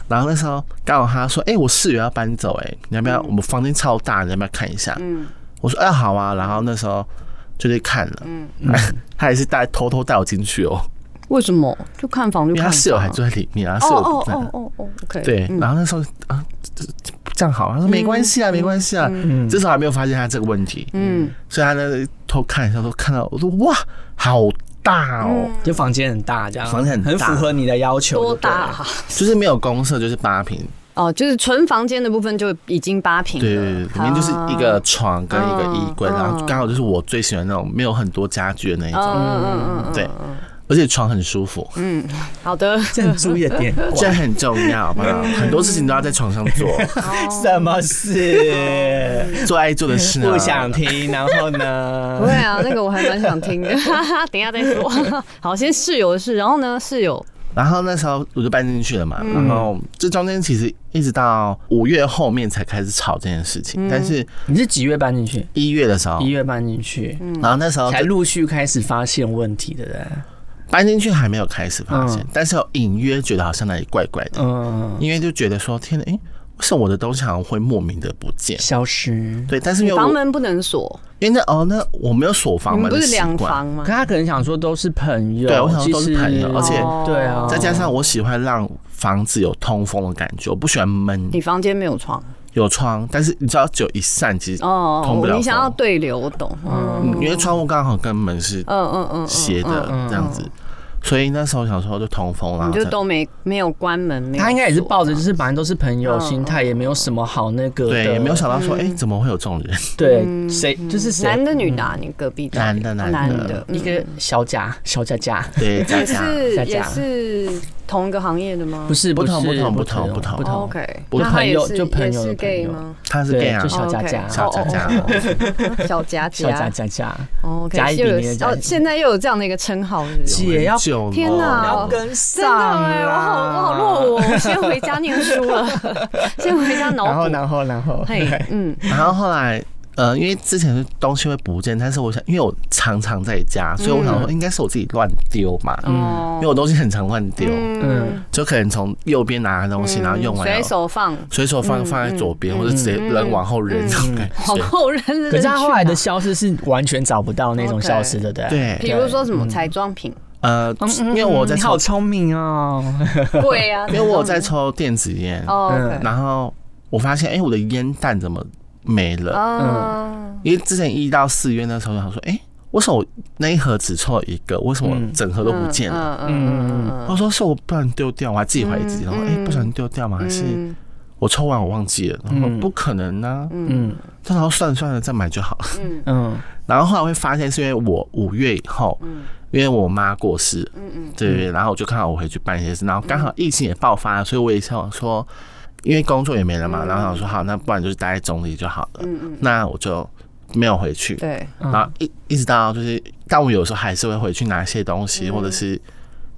Speaker 1: 然后那时候刚好他说，哎、我室友要搬走、哎，你要不要？我们房间超大，你要不要看一下？
Speaker 3: 嗯
Speaker 1: 我说，哎、好啊。然后那时候就去看了，
Speaker 3: 嗯，
Speaker 1: 他也是带偷偷带我进去哦，
Speaker 3: 为什么？就看房就
Speaker 1: 因为
Speaker 3: 看
Speaker 1: 他
Speaker 3: 房，
Speaker 1: 室友还住在里面，他
Speaker 3: 哦
Speaker 1: 室友
Speaker 3: 哦
Speaker 1: 不在。
Speaker 3: 哦哦哦，OK，
Speaker 1: 对，然后那时候啊，这这样好
Speaker 3: 嗯
Speaker 1: 啊，他说没关系啊，没关系啊，
Speaker 2: 嗯
Speaker 1: 这时候还没有发现他这个问题，
Speaker 3: 嗯，
Speaker 1: 所以他呢偷看一下，说看到我说哇，好大哦，
Speaker 3: 嗯
Speaker 2: 就房间很大，这样
Speaker 1: 房间很
Speaker 2: 很
Speaker 1: 大
Speaker 2: 符合你的要求，
Speaker 3: 多
Speaker 2: 对不对
Speaker 3: 大？啊？
Speaker 1: 就是没有公社，就是八平，
Speaker 3: 哦，就是纯房间的部分就已经八平了，
Speaker 1: 对对对，里面就是一个床跟一个衣柜，
Speaker 3: 嗯
Speaker 1: 然后刚好就是我最喜欢那种没有很多家具的那一
Speaker 3: 嗯
Speaker 1: 种，
Speaker 3: 嗯嗯嗯，
Speaker 1: 对，而且床很舒服，
Speaker 3: 嗯，好的，
Speaker 2: 这很注意 的点，
Speaker 1: 这很重要，好不好？很多事情都要在床上 做，
Speaker 2: 什么事？
Speaker 1: 做爱做的 啊事呢，
Speaker 2: 不想听，然后
Speaker 3: 不
Speaker 2: 呢
Speaker 3: 会？ 啊，那个我还蛮想听的， 等一下再说。 好，先室友的事，然后呢，室友，
Speaker 1: 然后那时候我就搬进去了嘛，
Speaker 3: 嗯
Speaker 1: 然后这中间其实一直到五月后面才开始吵这件事
Speaker 3: 嗯
Speaker 1: 情，但是
Speaker 2: 你是几月搬进去？
Speaker 1: 一月的时候
Speaker 2: 一，月搬进去，
Speaker 1: 然后那时候
Speaker 2: 才
Speaker 1: 就
Speaker 2: 陆续开始发现问题的人。
Speaker 1: 搬进去还没有开始发现
Speaker 2: 嗯，
Speaker 1: 但是有隐约觉得好像哪里怪怪的，
Speaker 2: 嗯，
Speaker 1: 因为就觉得说天哪，诶，为什么我的东西好像会莫名的不见？
Speaker 2: 消失。
Speaker 1: 对，但是
Speaker 3: 你
Speaker 1: 因为
Speaker 3: 房
Speaker 1: 我
Speaker 3: 门不能锁，
Speaker 1: 因为那哦那我没有锁
Speaker 3: 你
Speaker 1: 房
Speaker 3: 们
Speaker 1: 门
Speaker 3: 不
Speaker 1: 的
Speaker 3: 是
Speaker 1: 习
Speaker 3: 两
Speaker 1: 惯
Speaker 3: 房，吗
Speaker 2: 可？他可能想说都是朋友，
Speaker 1: 对我想说都是
Speaker 2: 其实
Speaker 1: 朋友而且
Speaker 2: 对啊，
Speaker 1: 再加上我喜欢让房子有通风的感觉，我不喜欢闷，
Speaker 3: 你房间没有窗
Speaker 1: 有窗，但是你知道只有一扇，其实通
Speaker 3: 哦
Speaker 1: 不，了
Speaker 3: 你想要
Speaker 1: 风，
Speaker 3: 对流，我懂，嗯
Speaker 1: 嗯因为窗户刚好跟门是
Speaker 3: 嗯嗯嗯，
Speaker 1: 斜的这样子，所以那时候小时候就通风啊啦，
Speaker 3: 你就
Speaker 1: 再
Speaker 3: 都没没有关门，没有
Speaker 2: 他应该也是
Speaker 3: 锁
Speaker 2: 抱着就是反正都是朋
Speaker 3: 嗯
Speaker 2: 友心态，也没有什么好那个的，
Speaker 1: 对，也没有想到说，哎，怎么会有这种人？
Speaker 2: 对谁就是
Speaker 3: 嗯男
Speaker 2: 谁
Speaker 3: 的女的啊，你隔壁的
Speaker 1: 嗯男的
Speaker 3: 哦
Speaker 1: 男的
Speaker 3: 男的，
Speaker 2: 一个小贾小贾贾，
Speaker 1: 对，这
Speaker 3: 也
Speaker 1: 样
Speaker 3: 是
Speaker 2: 下架
Speaker 3: 也是同一个行业的吗？
Speaker 2: 不是
Speaker 1: 不同
Speaker 2: 是
Speaker 1: 不同
Speaker 2: 不
Speaker 1: 不同
Speaker 2: 不
Speaker 1: 不同
Speaker 2: 不同
Speaker 3: o k
Speaker 1: 我
Speaker 3: 那他
Speaker 2: 朋
Speaker 3: 也
Speaker 2: 友
Speaker 3: 是
Speaker 2: 就朋
Speaker 3: 也
Speaker 2: 友
Speaker 3: 是
Speaker 2: 的朋
Speaker 3: gay
Speaker 2: 友
Speaker 3: 吗？
Speaker 1: 他是 gay
Speaker 2: 对，
Speaker 1: 啊
Speaker 2: 就，小佳
Speaker 3: 哦
Speaker 2: 佳，
Speaker 1: 小佳 佳，
Speaker 3: 小夹
Speaker 2: 小佳
Speaker 3: 夹，
Speaker 2: 佳佳，
Speaker 3: 哦，OK，
Speaker 2: 夹一
Speaker 3: 又
Speaker 2: 里面的夹
Speaker 3: 有
Speaker 2: 一
Speaker 3: 哦
Speaker 2: 里，
Speaker 3: 现在又有这样的一个称号，是不是？
Speaker 2: 姐要
Speaker 1: 久了
Speaker 3: 天哪哦要跟真的哎、我好我好落伍， 我先回家念书了，先回家脑
Speaker 4: 然后
Speaker 3: 补。
Speaker 4: 然后然后，
Speaker 3: 嘿，嗯，
Speaker 1: 然后后来，呃，因为之前是东西会不见，但是我想，因为我常常在家，所以我想说，应该是我自己乱丢嘛，因为
Speaker 3: 嗯哦，
Speaker 1: 我东西很常乱丢，
Speaker 2: 嗯
Speaker 1: 就可能从右边拿东西，然后用完
Speaker 3: 嗯随
Speaker 1: 了，
Speaker 3: 手嗯放，
Speaker 1: 随手放放在左边，或者直接
Speaker 3: 嗯
Speaker 1: 扔往后扔这种感
Speaker 3: 往
Speaker 1: 觉。
Speaker 3: 后扔是。
Speaker 2: 可是他后来的消失是完全找不到那种
Speaker 3: OK
Speaker 2: 消失的，对不对？啊嗯
Speaker 3: 比嗯
Speaker 1: 对，
Speaker 3: 如说什么彩妆 品
Speaker 1: 呃，因为我在
Speaker 4: 你
Speaker 1: 抽
Speaker 4: 好，聪明哦，
Speaker 3: 贵啊，
Speaker 1: 因为我在抽电子烟，
Speaker 3: 哦，OK，
Speaker 2: 嗯
Speaker 1: 然后我发现，哎，我的烟弹怎么没
Speaker 2: 嗯
Speaker 1: 了？
Speaker 3: 啊，
Speaker 1: 因为之前一到四月那时候，想说，哎、为什么我那一盒只抽了一个，为什么整盒都不见了？
Speaker 3: 嗯嗯嗯
Speaker 1: 我说是我不小心丢掉，我还自己怀疑自己，然后哎、诶不小心丢掉吗？还是
Speaker 3: 嗯
Speaker 1: 我抽完我忘记了？然后
Speaker 4: 嗯
Speaker 1: 不可能呢、啊，
Speaker 2: 嗯
Speaker 1: 然后算了算了再买就好了。
Speaker 3: 嗯
Speaker 2: 嗯，
Speaker 1: 然后后来会发现是因为我五月以后，
Speaker 3: 嗯
Speaker 1: 因为我妈过世，
Speaker 3: 嗯嗯，
Speaker 1: 对，然后我就看到我回去办一些事，然后刚好疫情也爆发了，所以我也想说，因为工作也没了嘛，然后想说好，那不然就是待在中立就好了，
Speaker 3: 嗯
Speaker 1: 那我就没有回去。
Speaker 3: 对，
Speaker 1: 然后一一直到就是，但我有时候还是会回去拿一些东西，
Speaker 3: 嗯
Speaker 1: 或者是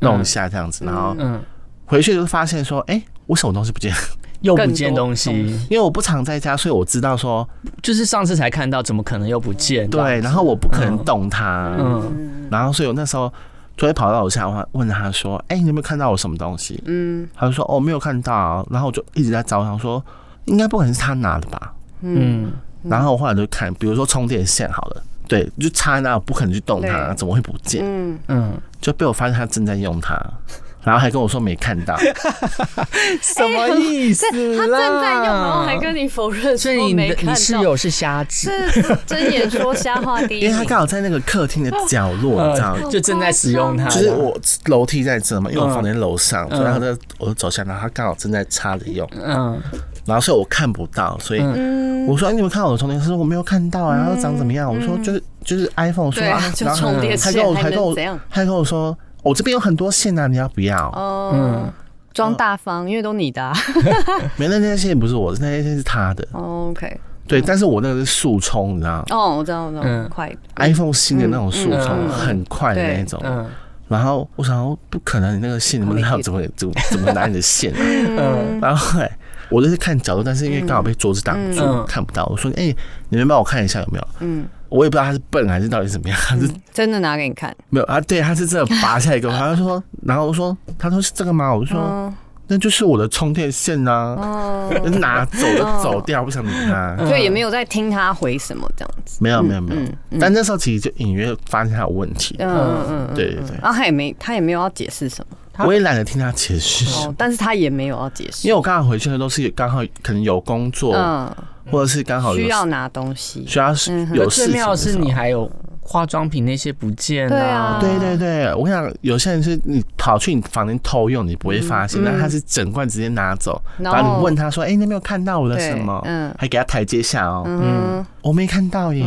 Speaker 1: 弄一下这样子，然后
Speaker 2: 嗯，
Speaker 1: 回去就发现说，哎、我什么东西不见了？
Speaker 2: 又不
Speaker 3: 更
Speaker 2: 见
Speaker 3: 多
Speaker 2: 东
Speaker 3: 东
Speaker 2: 西，
Speaker 1: 因为我不常在家，所以我知道说，
Speaker 2: 就是上次才看到，怎么可能又不见？
Speaker 1: 对，然后我不可能动它，
Speaker 2: 嗯
Speaker 1: 然后所以我那时候就会跑到楼下问问他说，哎、你有没有看到我什么东西？
Speaker 3: 嗯
Speaker 1: 他就说，哦，没有看到啊、然后我就一直在找，想说，应该不可能是他拿的吧？
Speaker 3: 嗯，
Speaker 2: 嗯，
Speaker 1: 然后我后来就看，比如说充电线好了，对，就插在那，我不可能去动它，
Speaker 3: 对
Speaker 1: 怎么会不见？
Speaker 3: 嗯，
Speaker 2: 嗯，
Speaker 1: 就被我发现他正在用它，然后还跟我说没看 到。
Speaker 4: 什么意思
Speaker 3: 哎他正
Speaker 4: 啦？
Speaker 3: 在用，然后还跟你否认
Speaker 2: 所
Speaker 3: 说
Speaker 2: 以你
Speaker 3: 没
Speaker 2: 的
Speaker 3: 看
Speaker 2: 你
Speaker 3: 到，
Speaker 2: 室友是瞎子，
Speaker 3: 这睁眼说瞎 话第一
Speaker 1: 因为他
Speaker 3: 名。
Speaker 1: 刚好在那个客厅的角落， 你知道，
Speaker 2: 呃，就正在使用它，
Speaker 1: 就是我楼梯在这嘛，因为我
Speaker 2: 嗯
Speaker 1: 房间楼上，所以他在我就走下来，然后他刚好正在插着用，
Speaker 2: 嗯，
Speaker 1: 然后所以我看不到，所以
Speaker 3: 嗯
Speaker 1: 我说哎你们看到我的充电线，他说我没有看到啊，他说长怎么样？我说就是就是 iPhone 说
Speaker 3: 对
Speaker 1: 啊
Speaker 3: 啊，就
Speaker 1: 然后
Speaker 3: 充电
Speaker 1: 还跟我
Speaker 3: 线还
Speaker 1: 还跟
Speaker 3: 能
Speaker 1: 我
Speaker 3: 怎样？
Speaker 1: 还跟我说。我这边有很多线啊，你要不要？
Speaker 2: 嗯
Speaker 3: 哦，装大方，因为都你的啊。
Speaker 1: 没那那些线不是我的，那些线是他的。
Speaker 2: 嗯
Speaker 3: 哦 OK，
Speaker 1: 对，但是我那个是速充，你知道
Speaker 3: 哦，我知道，我知道，
Speaker 2: 嗯
Speaker 3: 快，
Speaker 1: ，iPhone 新的那种速充
Speaker 2: 嗯嗯
Speaker 1: 很快的那
Speaker 3: 对
Speaker 1: 种。
Speaker 2: 嗯
Speaker 1: 然后我想说，不可能，你那个线你们知道怎么怎么怎么拿你的线、 啊？
Speaker 2: 嗯
Speaker 1: 然后后来我就是看角度，但是因为刚好被桌子挡住，
Speaker 2: 嗯
Speaker 1: 看不到。我说：“哎、你们帮我看一下有没有？”
Speaker 3: 嗯，
Speaker 1: 我也不知道他是笨还是到底怎么样， 他是
Speaker 3: 真的拿给你看。
Speaker 1: 没有啊？对，他是真的拔下一个， 他就说，然后我说，他说是这个吗？我就说、
Speaker 3: 嗯
Speaker 1: 那就是我的充电线呐、
Speaker 3: 哦，
Speaker 1: 就拿走就走掉，不想理他。
Speaker 3: 所以也没有在听他回什么这样子。
Speaker 1: 没有没有没有，
Speaker 3: 嗯
Speaker 1: 但那时候其实就隐约发现他有问题，
Speaker 3: 嗯嗯嗯，嗯
Speaker 1: 对对对
Speaker 3: 然后他也没，他也没有要解释什么。
Speaker 1: 我也懒得听他解释。
Speaker 3: 哦，但是他也没有要解释
Speaker 1: 因为。我刚好回去的都是刚好可能有工作，
Speaker 3: 嗯，
Speaker 1: 或者是刚好有
Speaker 3: 需要拿东西。
Speaker 1: 需要是
Speaker 3: 嗯哼
Speaker 1: 有事
Speaker 2: 最
Speaker 1: 情的
Speaker 2: 妙是
Speaker 1: 时候
Speaker 2: 你还有化妆品那些不见
Speaker 3: 对啊
Speaker 1: 对对对，我想有些人是你跑去你房间偷用，你不会发
Speaker 3: 嗯
Speaker 1: 现，但他是整罐直接拿走，
Speaker 3: 然
Speaker 1: 然
Speaker 3: 后
Speaker 1: 后你问他说：“哎，你有没有看到我的
Speaker 3: 对
Speaker 1: 什么？”
Speaker 3: 嗯
Speaker 1: 还给他台阶下哦，
Speaker 3: 嗯
Speaker 1: 我没看到耶。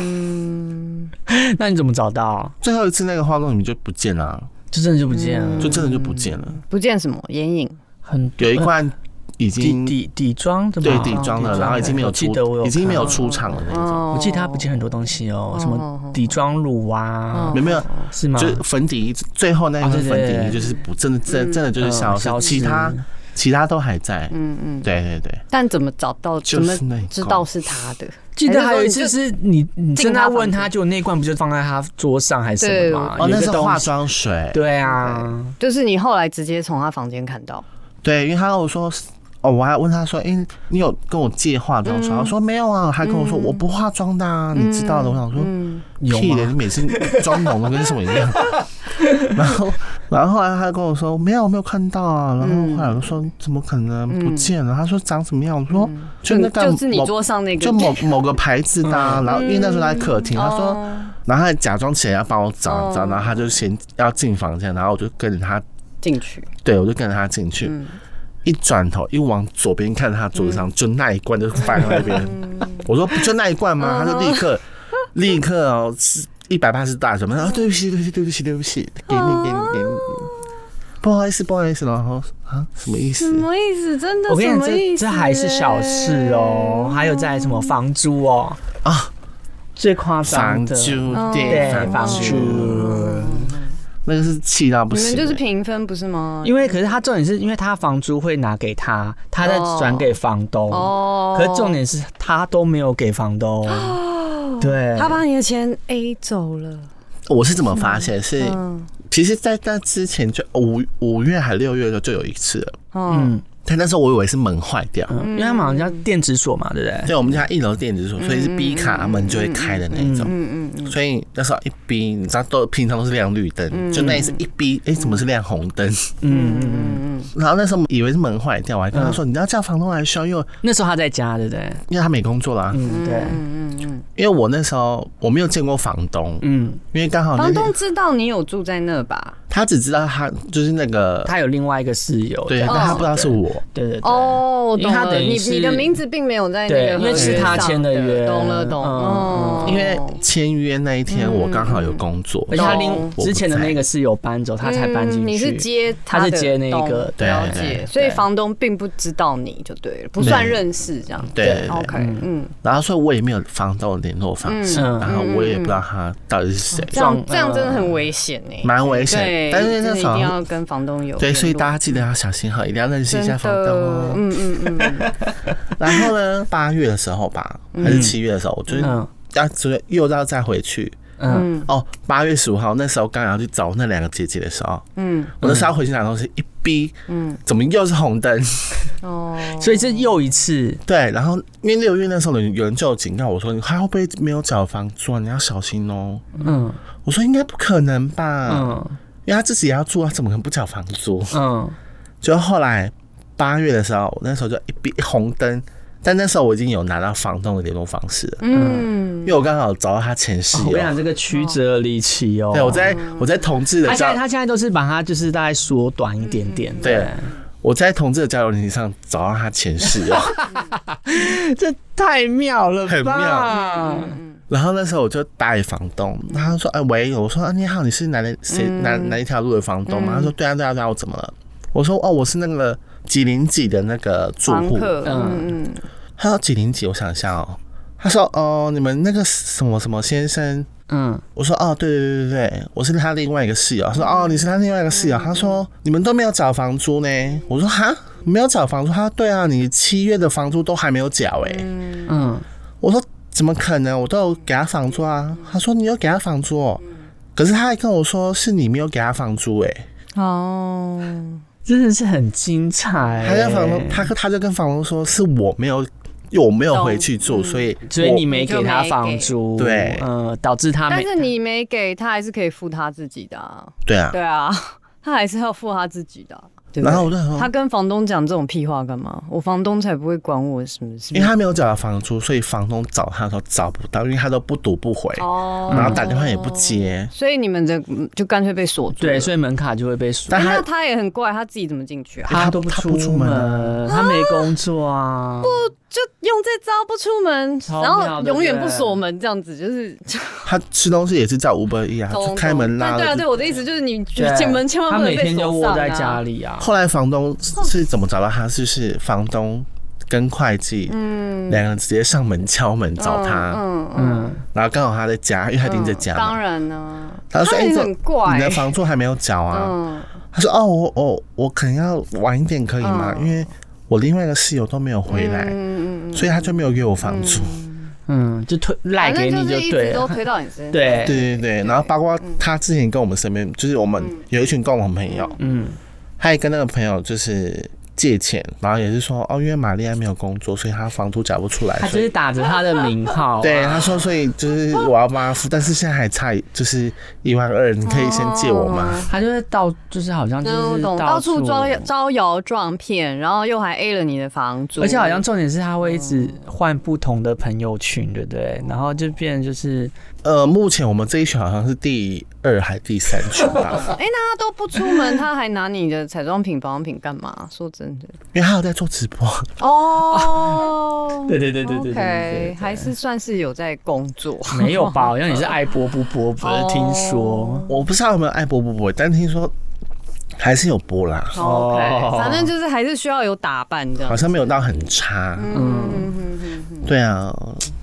Speaker 3: 嗯，
Speaker 2: 那你怎么找到？
Speaker 1: 最后一次那个化妆品就不见了啊，
Speaker 2: 就真的就不见
Speaker 3: 嗯
Speaker 2: 了，
Speaker 1: 就真的就不见了，
Speaker 3: 不见什么眼影。
Speaker 2: 很
Speaker 1: 有一罐已
Speaker 2: 底
Speaker 1: 经
Speaker 2: 底底哦妆的
Speaker 1: 对
Speaker 2: 吧
Speaker 1: 底妆了，然后已经没有
Speaker 2: 我记
Speaker 1: 出
Speaker 2: 得我，有
Speaker 1: 已经没有
Speaker 2: 看
Speaker 1: 出场了那种，
Speaker 3: 哦
Speaker 2: 我记得他不见很多东西哦，什
Speaker 3: 哦哦
Speaker 2: 么底妆乳啊，
Speaker 1: 没有没有，
Speaker 2: 是吗？
Speaker 1: 就是粉底液最后那一
Speaker 2: 哦
Speaker 1: 份
Speaker 2: 对对
Speaker 1: 粉底液
Speaker 2: 对
Speaker 1: 就是不真的真真的就是
Speaker 2: 嗯
Speaker 1: 消失，
Speaker 2: 消
Speaker 1: 其他
Speaker 2: 失
Speaker 1: 其他都还在。
Speaker 3: 嗯嗯，
Speaker 1: 对对对，
Speaker 3: 但怎么找到？
Speaker 1: 就
Speaker 3: 怎么
Speaker 1: 是那一罐
Speaker 3: 知道是他的？
Speaker 2: 记得还有一
Speaker 3: 哎
Speaker 2: 次是你你
Speaker 3: 进
Speaker 2: 正
Speaker 3: 他
Speaker 2: 在
Speaker 3: 房
Speaker 2: 问他，
Speaker 3: 间
Speaker 2: 就那罐不就放在他桌上还是什么吗？
Speaker 1: 哦，
Speaker 2: 有
Speaker 1: 那
Speaker 2: 一
Speaker 1: 是
Speaker 2: 个东
Speaker 1: 化
Speaker 2: 西。
Speaker 1: 妆水。
Speaker 2: 对啊，
Speaker 3: 就是你后来直接从他房间看到。
Speaker 1: 对，因为他跟我说，哦，我还问他说，哎、你有跟我借化妆
Speaker 3: 嗯
Speaker 1: 水？他说没有啊，还跟我说、我不化妆的、啊，你知道的。我想说，
Speaker 2: 嗯
Speaker 3: 嗯
Speaker 2: 有
Speaker 1: 屁的，你
Speaker 2: 吗？
Speaker 1: 每次妆浓的跟什么 一样。然后，然后后来他跟我说没有，没有看到啊。然
Speaker 3: 嗯
Speaker 1: 后后来我就说怎么可能不见了？他说长什么样？我说就那个某
Speaker 3: 嗯就是你桌上那个，嗯
Speaker 1: 就某某个牌子的、啊，然后因为那时候他在客厅，他
Speaker 3: 哦
Speaker 1: 说，然后他假装起来要帮我找，找，然后他就先要进房间，然后我就跟着他
Speaker 3: 进去，
Speaker 1: 对，我就跟着他进去，
Speaker 2: 嗯
Speaker 1: 一转头一往左边看，他桌子
Speaker 3: 嗯
Speaker 1: 上就那一罐就放在那边。我说不就那一罐吗？
Speaker 3: 嗯
Speaker 1: 他就立刻立刻
Speaker 3: 嗯哦
Speaker 1: 哦，是一百八十大什么？啊，对不起，对不起，对不起，对不起，给你，给你，给你。不好意思，不好意思，然后啊，什么意
Speaker 3: 什
Speaker 1: 思？
Speaker 3: 么意思？真的，
Speaker 2: 我跟
Speaker 3: 什
Speaker 2: 你讲，
Speaker 3: 么意
Speaker 2: 这
Speaker 3: 思嗯
Speaker 2: 这还是小事哦，还有在什么房租哦，
Speaker 4: 最夸张
Speaker 1: 啊房
Speaker 4: 的，
Speaker 1: 租
Speaker 3: 嗯
Speaker 1: 对
Speaker 2: 对，
Speaker 1: 房
Speaker 2: 房租。
Speaker 1: 那个是气到不
Speaker 3: 你
Speaker 1: 行、
Speaker 3: 们就是
Speaker 1: 欸
Speaker 3: 平分不是吗？
Speaker 2: 因为可是他重点是因为他房租会拿给他，他再转给房东。
Speaker 3: 哦，
Speaker 2: 可是重点是他都没有给房东。对，
Speaker 3: 哦他把你的钱 A 走了，
Speaker 1: 我是怎么发现？是
Speaker 3: 嗯
Speaker 1: 其实在那之前就五五月还六月的时候就有一次了，
Speaker 3: 嗯，
Speaker 2: 嗯，
Speaker 1: 但那时候我以为是门坏掉。
Speaker 2: 嗯因为他马上要电子锁嘛，对不对？
Speaker 1: 对，我们家一楼电子锁，所以是 B 卡他们就会开的那种。
Speaker 3: 嗯嗯
Speaker 1: 所以那时候一逼，你知道都平常都是亮绿灯，就那一次一逼，哎、怎么是亮红 灯？
Speaker 2: 嗯嗯。
Speaker 3: 嗯嗯，
Speaker 1: 然后那时候以为是门坏掉，我还跟他说，你要叫房东来修，因为
Speaker 2: 那时候他在家，对不对？
Speaker 1: 因为他没工作啦。
Speaker 2: 嗯，对，
Speaker 3: 嗯嗯嗯，
Speaker 1: 因为我那时候我没有见过房东，
Speaker 2: 嗯，
Speaker 1: 因为刚好那
Speaker 3: 房东
Speaker 1: 天
Speaker 3: 知道你有住在那吧？
Speaker 1: 他只知道他就是那个
Speaker 2: 他有另外一个室友，
Speaker 1: 对，但他不知道是我。
Speaker 2: 对对对，
Speaker 3: 哦，我
Speaker 2: 因
Speaker 3: 懂
Speaker 2: 为他
Speaker 3: 了，
Speaker 2: 等于
Speaker 3: 你
Speaker 2: 是
Speaker 3: 你的名字并没有在那
Speaker 2: 对
Speaker 3: 个合约上
Speaker 2: 因为是他签的约
Speaker 3: 懂了懂哦
Speaker 2: 嗯
Speaker 3: 了，
Speaker 1: 因为签约那一天
Speaker 3: 嗯
Speaker 1: 我刚好有工作，
Speaker 2: 而且他另
Speaker 3: 懂
Speaker 2: 之前的那个室友搬走，他才搬进去。
Speaker 3: 嗯你是接
Speaker 2: 他
Speaker 3: 的
Speaker 2: 是接那
Speaker 3: 懂
Speaker 2: 个
Speaker 1: 对
Speaker 3: 了
Speaker 1: 对
Speaker 3: 解，
Speaker 1: 对
Speaker 3: 所以房东并不知道你就对了，不算认识这样。
Speaker 1: 对对对
Speaker 3: OK，嗯，
Speaker 1: 然后所以我也没有房东的联络方式，
Speaker 2: 嗯
Speaker 1: 然后我也不知道他到底是谁，
Speaker 3: 这样
Speaker 2: 撞
Speaker 3: 这样真的很危险呢，
Speaker 1: 呃蛮危险
Speaker 3: 对。，
Speaker 1: 但是
Speaker 3: 真
Speaker 1: 那
Speaker 3: 的一
Speaker 1: 时
Speaker 3: 定
Speaker 1: 候
Speaker 3: 要跟房东有
Speaker 1: 对，所以
Speaker 3: 联络
Speaker 1: 大家记得要小心哈，一定要认识一下
Speaker 3: 真
Speaker 1: 房东
Speaker 3: 的，
Speaker 1: 哦。
Speaker 3: 嗯嗯嗯嗯，
Speaker 1: 然后呢，八月的时候吧，还是七月的时候，我就是
Speaker 2: 嗯
Speaker 1: 要准备又要再回去。
Speaker 2: 嗯
Speaker 1: 哦，八月十五号那时候刚要去找那两个姐姐的时候，
Speaker 3: 嗯
Speaker 1: 嗯，我那时候要回去拿东西，一逼，嗯，怎么又是红灯？
Speaker 3: 哦，
Speaker 2: 所以这又一次，
Speaker 1: 对，然后因为六月那时候有有人就有警告我说，你还会不会没有缴房租啊？你要小心哦。
Speaker 2: 嗯
Speaker 1: 我说应该不可能吧，
Speaker 2: 嗯
Speaker 1: 因为他自己也要住啊，怎么可能不缴房租？
Speaker 2: 嗯，
Speaker 1: 哦就后来八月的时候，我那时候就一逼红灯，但那时候我已经有拿到房东的联络方式了，
Speaker 3: 嗯
Speaker 1: 因，为我刚好找到他前室
Speaker 2: 哦我
Speaker 1: 友
Speaker 2: 跟你。讲这个曲折离奇哦。
Speaker 1: 对，我在我在同志的
Speaker 2: 啊他现
Speaker 1: 交
Speaker 2: 在他现在都是把它就是大概缩短一点点。
Speaker 1: 嗯对，我在同志的交友软件上找到他前哦室友，
Speaker 2: 这太妙了吧，
Speaker 1: 很妙然后那时候我就打给房东，他说：“哎、喂，我说啊你好，你是哪里谁哪哪一条路的房东吗？”他说：“对啊对啊对啊，我怎么了？”我说：“哦，我是那个几零几的那个住
Speaker 3: 房
Speaker 1: 户。”
Speaker 3: 客，嗯
Speaker 2: 嗯
Speaker 3: 嗯，
Speaker 1: 他说：“几零几？我想一下哦。”他说：“哦，你们那个什么什么先生。”
Speaker 2: 嗯，
Speaker 1: 我说：“哦，对对对对对，我是他另外一个室友。”他说：“
Speaker 2: 嗯
Speaker 1: 哦，你是他另外一个室友。”他说：“你们都没有找房租呢。”我说：“哈，没有找房租？”他说：“对啊，你七月的房租都还没有缴哎、
Speaker 2: 嗯嗯
Speaker 1: 我说怎么可能？我都有给他房租啊。他说你有给他房租、哦，
Speaker 2: 嗯
Speaker 1: 可是他还跟我说是你没有给他房租哎、
Speaker 3: 哦，
Speaker 2: 真的是很精彩。
Speaker 1: 他跟房东，他他就跟房东说是我没有，因为我没有回去住，所以
Speaker 2: 嗯所以
Speaker 1: 我
Speaker 2: 你没给他房租，
Speaker 1: 就没给对
Speaker 2: 嗯，导致他
Speaker 3: 但
Speaker 2: 没
Speaker 3: 是你没给他，还是可以付他自己的啊，
Speaker 1: 对啊。
Speaker 3: 对啊，他还是要付他自己的啊，对不对
Speaker 1: 然后我就想
Speaker 3: 他
Speaker 1: 说，
Speaker 3: 跟房东讲这种屁话干嘛？我房东才不会管我什么事。
Speaker 1: 因为他没有找到房租，所以房东找他的时候找不到，因为他都不读不回，
Speaker 3: 哦
Speaker 1: 然后打电话也不，接。
Speaker 3: 所以你们的就干脆被锁住了。
Speaker 2: 对，所以门卡就会被锁。
Speaker 1: 嗯但
Speaker 3: 那
Speaker 1: 他
Speaker 3: 他也很怪，他自己怎么进去啊？
Speaker 1: 他
Speaker 2: 都不
Speaker 1: 他不出门啊
Speaker 2: 门，他没工作啊。
Speaker 3: 就用这招不出门，
Speaker 2: 超
Speaker 3: 然后
Speaker 2: 妙对
Speaker 3: 永
Speaker 2: 不
Speaker 3: 远不
Speaker 2: 对
Speaker 3: 锁门，这样子就是
Speaker 1: 他吃东西也是叫 Uber E 啊，就开门拉
Speaker 3: 对对啊，对
Speaker 1: 了。
Speaker 3: 我的意思就是你
Speaker 2: 对
Speaker 3: 进门千万
Speaker 2: 他
Speaker 3: 不能
Speaker 2: 每
Speaker 3: 被
Speaker 2: 天就
Speaker 3: 锁
Speaker 2: 窝
Speaker 3: 上
Speaker 2: 在家
Speaker 3: 啊。
Speaker 2: 里啊。
Speaker 1: 后来房东是怎么找到他？就是房东跟会计
Speaker 3: 嗯，
Speaker 1: 两个人直接上门敲门找他。
Speaker 3: 嗯嗯嗯，
Speaker 2: 嗯，
Speaker 1: 然后刚好他在家，因为他盯着家
Speaker 3: 嗯
Speaker 1: 嘛，
Speaker 3: 当然呢，
Speaker 1: 他就说：“哎、
Speaker 3: 也
Speaker 1: 你
Speaker 3: 很
Speaker 1: 怎
Speaker 3: 怪，
Speaker 1: 你的房租还没有缴啊？”
Speaker 3: 嗯，
Speaker 1: 他说：“哦，我我我可能要晚一点，可以吗？
Speaker 3: 嗯
Speaker 1: 因为我另外一个室友都没有回来，
Speaker 3: 嗯嗯嗯嗯，
Speaker 1: 所以他就没有给我房租。
Speaker 2: 嗯，就推赖
Speaker 3: 反
Speaker 2: 给
Speaker 3: 正
Speaker 2: 你
Speaker 3: 就是
Speaker 2: 就
Speaker 3: 一
Speaker 2: 对
Speaker 3: 直都
Speaker 2: 了，
Speaker 3: 推到你身上。
Speaker 2: 对，
Speaker 1: 对对
Speaker 3: 嗯
Speaker 1: 对，然后包括他之前跟我们身边，就是我们有一群共同朋友，
Speaker 2: 嗯
Speaker 1: 他也跟那个朋友就是借钱，然后也是说：“哦，因为玛丽安没有工作，所以他房租缴不出来。”
Speaker 2: 他
Speaker 1: 所
Speaker 2: 只
Speaker 1: 以
Speaker 2: 是打着他的名号、啊，
Speaker 1: 对，他说，所以就是我要帮他付，但是现在还差就是一万二，你可以先借我吗？
Speaker 2: 他就是到，就是好像就
Speaker 3: 嗯，我
Speaker 2: 是
Speaker 3: 懂，到处招摇招摇撞骗，然后又还 A 了你的房租，
Speaker 2: 而且好像重点是他会一直
Speaker 3: 嗯
Speaker 2: 换不同的朋友群，对不对？
Speaker 3: 哦
Speaker 2: 然后就变成就是
Speaker 1: 呃，目前我们这一群好像是第二还第三群 吧，
Speaker 3: 哎，那他都不出门，他还拿你的彩妆品、保养品干嘛？说真的，
Speaker 1: 因为他有在做直播，
Speaker 3: 哦，
Speaker 2: 对对对对对对对对
Speaker 3: OK，还是算是有在工作，
Speaker 2: 没有吧？ 好像你是爱播不播，不是听说，
Speaker 3: 哦
Speaker 1: 我不知道有没有爱播不播，但听说还是有波啦，
Speaker 3: 哦
Speaker 2: 哦
Speaker 3: OK，反正就是还是需要有打扮这样嗯
Speaker 1: 好。像没有到很差。
Speaker 2: 嗯
Speaker 1: 对啊，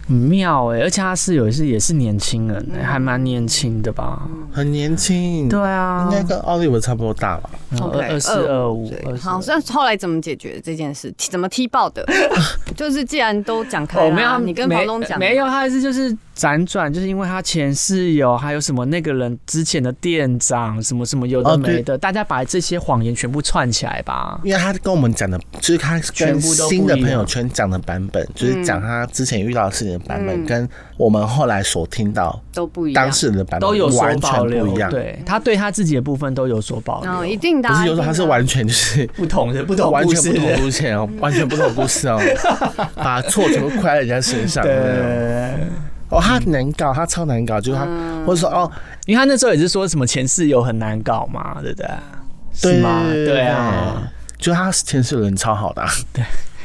Speaker 2: 很妙哎、而且他室友也是也是年轻人、
Speaker 3: 嗯
Speaker 2: 欸，还蛮年轻的吧？
Speaker 1: 很年轻，
Speaker 2: 对啊
Speaker 1: 应，该跟奥利维差不多大吧？
Speaker 2: 二
Speaker 3: OK，
Speaker 2: 嗯二四二五
Speaker 3: 对，
Speaker 2: 二
Speaker 3: 好，
Speaker 2: 四。
Speaker 3: 那后来怎么解决这件事？怎么踢爆的？ 就是既然都讲开
Speaker 2: 哦，
Speaker 3: 了
Speaker 2: 没有
Speaker 3: 啊，
Speaker 2: 他，
Speaker 3: 你跟
Speaker 2: 没
Speaker 3: 房东讲
Speaker 2: 没有，他还是就是辗转，就是因为他前室友还有什么那个人之前的店长什么什么有的
Speaker 1: 哦对
Speaker 2: 没的，大家把这些谎言全部串起来吧。
Speaker 1: 因为他跟我们讲的，就是他
Speaker 2: 全
Speaker 1: 跟
Speaker 2: 部都不
Speaker 1: 新的
Speaker 2: 一样
Speaker 1: 朋友圈讲的版本，就是讲他之前遇到的事情的版本，跟我们后来所听到
Speaker 3: 都不一样
Speaker 1: 当，事人的版
Speaker 2: 都
Speaker 1: 本
Speaker 2: 有所
Speaker 1: 完全
Speaker 2: 保留
Speaker 1: 不一，样。
Speaker 2: 对他对他自己的部分都有所保
Speaker 3: 然后
Speaker 2: 留，
Speaker 3: 一定的
Speaker 1: 不
Speaker 3: 啊，
Speaker 1: 是有时候他
Speaker 3: 一定
Speaker 1: 是
Speaker 3: 的啊
Speaker 1: 完全就是
Speaker 2: 不同的不同
Speaker 1: 完
Speaker 2: 故
Speaker 1: 全
Speaker 2: 事
Speaker 1: 不同
Speaker 2: 的，
Speaker 1: 路线哦，完全不同故事哦， 把错全部怪在人家身上。
Speaker 2: 对。
Speaker 1: 哦，他难搞，他超难搞，就是他，
Speaker 2: 嗯
Speaker 1: 或者说哦，
Speaker 2: 因为他那时候也是说什么前室友很难搞嘛，对不对？
Speaker 1: 对
Speaker 2: 是吗？对啊，，
Speaker 1: 就他前世人超好的啊，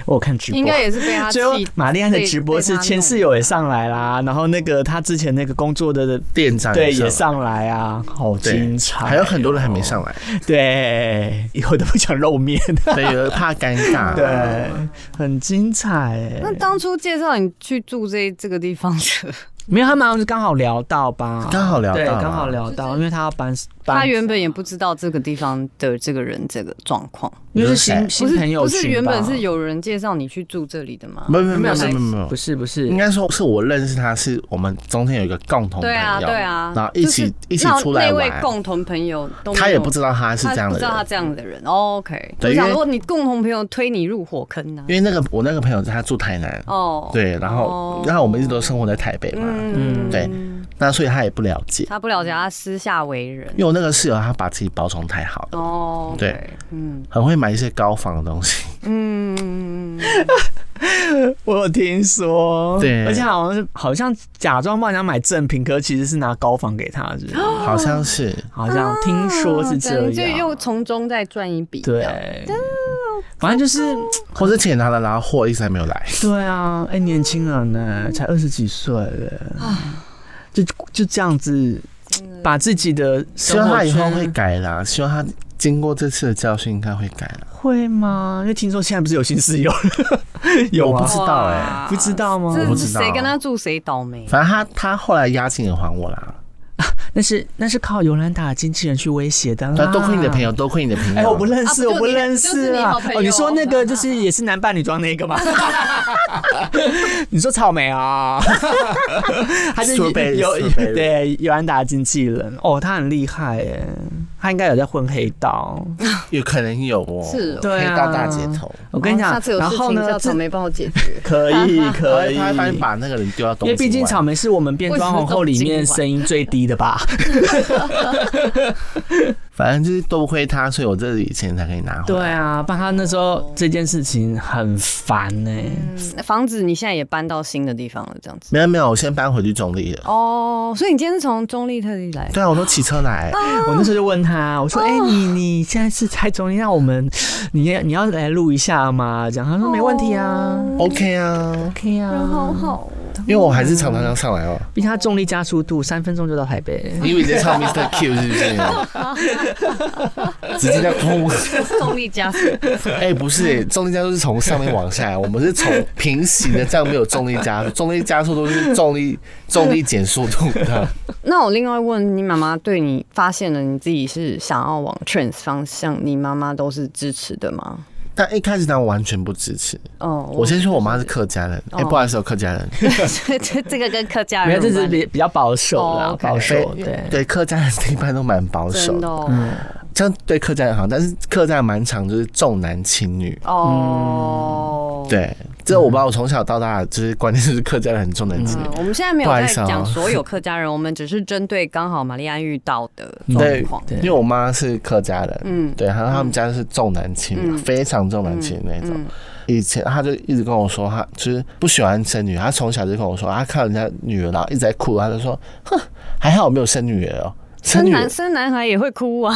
Speaker 2: 我有看直播
Speaker 3: 应。该也是被他
Speaker 2: 最后
Speaker 3: 气，
Speaker 2: 玛丽安的直播是前室友也上来啦，然后那个他之前那个工作的
Speaker 1: 店长
Speaker 2: 对也
Speaker 1: 也上
Speaker 2: 上来啊，好
Speaker 1: 对
Speaker 2: 精彩。啊
Speaker 1: 还有很多人还没 上来，
Speaker 2: 对，以后都不想露面。
Speaker 1: 对，有人怕尴尬，
Speaker 2: 对，很精彩欸。
Speaker 3: 那当初介绍你去住这这个地方 的，
Speaker 2: 没有，他们好像是刚好聊到吧？
Speaker 1: 刚好聊到
Speaker 2: 对，
Speaker 1: 啊
Speaker 2: 刚好聊到，因为他要搬，搬
Speaker 3: 他原本也不知道这个地方的这个人这个状况，
Speaker 2: 因为是
Speaker 1: 你
Speaker 2: 新
Speaker 3: 不
Speaker 2: 新
Speaker 3: 是
Speaker 2: 朋友
Speaker 3: 不是
Speaker 2: 群
Speaker 3: 原本
Speaker 2: 吧
Speaker 3: 是有人介绍你去住这里的吗？
Speaker 1: 没有，没有没有
Speaker 2: 没
Speaker 1: 没
Speaker 2: 有
Speaker 1: 有没有
Speaker 2: 不，是不是
Speaker 1: 应该说是我认识他，是我们中间有一个共同朋
Speaker 3: 对啊，
Speaker 1: 友，
Speaker 3: 对啊，
Speaker 1: 然后一起
Speaker 3: 就是
Speaker 1: 一起出来
Speaker 3: 那位
Speaker 1: 玩，
Speaker 3: 共同朋友都没有
Speaker 1: 他也不知道他是
Speaker 3: 他
Speaker 1: 这样
Speaker 3: 不
Speaker 1: 的
Speaker 3: 知道他
Speaker 1: 人。
Speaker 3: 这样的人。OK，哦
Speaker 1: 对
Speaker 3: 我
Speaker 1: 因为
Speaker 3: 想说你共同朋友推你入火坑呢、
Speaker 1: 因为那个我那个朋友他住台南，
Speaker 3: 哦，
Speaker 1: 对，然后
Speaker 3: 哦
Speaker 1: 然后我们一直都生活在台北嘛，
Speaker 3: 嗯，
Speaker 1: 对，那所以他也不了解。
Speaker 3: 他不了解他私下为人
Speaker 1: 因。为我那个室友他把自己包装太好了，
Speaker 3: 哦，
Speaker 1: 对
Speaker 3: OK，嗯
Speaker 1: 很会买一些高仿的东西，
Speaker 3: 嗯，
Speaker 2: 我有听说，
Speaker 1: 对
Speaker 2: 而且好像是好像假装帮人家买正品，可是其实是拿高仿给他，是不是
Speaker 1: 好像是
Speaker 2: 好像听说是这
Speaker 3: 等哦啊就
Speaker 2: 样，
Speaker 3: 又从中再赚一笔。啊这样，
Speaker 2: 对，反正就是
Speaker 1: 或者钱拿了，然后货一直还没有来。
Speaker 2: 对啊，哎、年轻人呢、才二十几岁嘞，就就这样子
Speaker 3: 嗯
Speaker 2: 把自己的
Speaker 1: 希
Speaker 2: 生
Speaker 1: 望
Speaker 2: 活
Speaker 1: 他以后
Speaker 2: 圈
Speaker 1: 会改啦，希望他经过这次的教训，应该会改啦。
Speaker 2: 会吗？因为听说现在不是有新室 友了，有
Speaker 1: 我
Speaker 2: 吗
Speaker 1: 不？知道哎、
Speaker 3: 哇
Speaker 2: 不知道吗？
Speaker 1: 我
Speaker 3: 这
Speaker 1: 不知道
Speaker 3: 谁跟他住谁倒霉。
Speaker 1: 反正他他后来押金也还我啦，
Speaker 2: 那是那是靠尤兰达的经纪人去威胁的啦
Speaker 1: 那。多亏你的朋友，多亏你的朋友。
Speaker 2: 哎、我不认识，
Speaker 3: 啊不就你
Speaker 2: 我不认识啊！
Speaker 3: 就是你好朋友
Speaker 2: 哦，你说那个就是也是男扮女装那个吗？ 你说草 莓啊，还是有
Speaker 1: Strawberry，
Speaker 2: 有
Speaker 1: strawberry
Speaker 2: 对尤安达经纪人哦，他很厉害耶，他应该有在混黑道。
Speaker 1: 有可能有哦，
Speaker 3: 是哦
Speaker 2: 对啊
Speaker 1: 黑道大街头。
Speaker 2: 我跟你讲，
Speaker 3: 下次有
Speaker 2: 然
Speaker 3: 事
Speaker 2: 后
Speaker 3: 情
Speaker 2: 呢，
Speaker 3: 叫草
Speaker 2: 这
Speaker 3: 莓帮我解 决。
Speaker 2: 可以可以
Speaker 1: 他，会把那个人丢到东京湾
Speaker 2: 因为啊毕竟草莓是我们变装皇后里面声音最低 的吧？
Speaker 1: 反正就是多亏他，所以我这里钱才可以拿回
Speaker 2: 对
Speaker 1: 来。
Speaker 2: 啊，不然他那时候这件事情很烦呢、
Speaker 3: 房子你现在也搬到新的地方了，这样子。
Speaker 1: 没有没有，我先搬回去中立了。
Speaker 3: 哦，所以你今天是从中立特地来？
Speaker 1: 对啊，我都骑车来，
Speaker 2: 我那时候就问他，我说：“哎、你你现在是在中立，那我们你要你要来录一下吗？”这样他说：“没问题啊、
Speaker 1: OK 啊，
Speaker 2: o k
Speaker 3: 人好
Speaker 2: 啊。
Speaker 3: 好哦，
Speaker 1: 因为我还是常常要上来哦。”
Speaker 2: 毕竟他重力加速度三分钟就到台北，
Speaker 1: 你以为你在唱 Mr. Q 是不 是？直接在哭。
Speaker 3: 中立加速。
Speaker 1: 哎、不是、重力加速是从上面往下，我们是从平行的，这样没有重力加速，重力加速都是重力重力减速度的。
Speaker 3: 那我另外问你妈妈，对你发现了你自己是想要往 trans 方向，你妈妈都是支持的吗？
Speaker 1: 但一开始呢，我完全不支持。
Speaker 3: 哦，
Speaker 1: 我先说，我妈是客家人，哎、
Speaker 3: 哦
Speaker 1: 不好意思，我客家人，
Speaker 3: 这这这个跟客家
Speaker 2: 没有，
Speaker 3: 人
Speaker 2: 这
Speaker 3: 有
Speaker 2: 是
Speaker 3: 关
Speaker 2: 比比较保守啦，
Speaker 3: 哦，OK
Speaker 2: 保守
Speaker 1: 对
Speaker 2: 对。
Speaker 1: 对客家人一般都蛮保守
Speaker 3: 真的
Speaker 1: 的，
Speaker 3: 哦，
Speaker 2: 嗯
Speaker 1: 这样对客家人好，但是客家人蛮常就是重男轻女。
Speaker 3: 哦，
Speaker 1: 嗯对，这我把我从小到大就是观念就是客家人很重男轻女
Speaker 3: 嗯。，我们现在没有
Speaker 1: 不好意
Speaker 3: 在
Speaker 1: 思啊
Speaker 3: 讲所有客家人，我们只是针对刚好玛丽安遇到的
Speaker 1: 对
Speaker 3: 状况。
Speaker 2: 对
Speaker 1: 因为我妈是客家人，
Speaker 3: 嗯
Speaker 1: 对，然后他们家是重男轻女，
Speaker 3: 嗯
Speaker 1: 非常重男轻女那种。
Speaker 3: 嗯
Speaker 1: 以前她就一直跟我说，她就是不喜欢生女儿，她从小就跟我说，她看人家女儿然后一直在哭，她就说，哼，还好我没有生女儿哦，生
Speaker 3: 生
Speaker 1: 女儿
Speaker 3: 男，生男孩也会哭啊，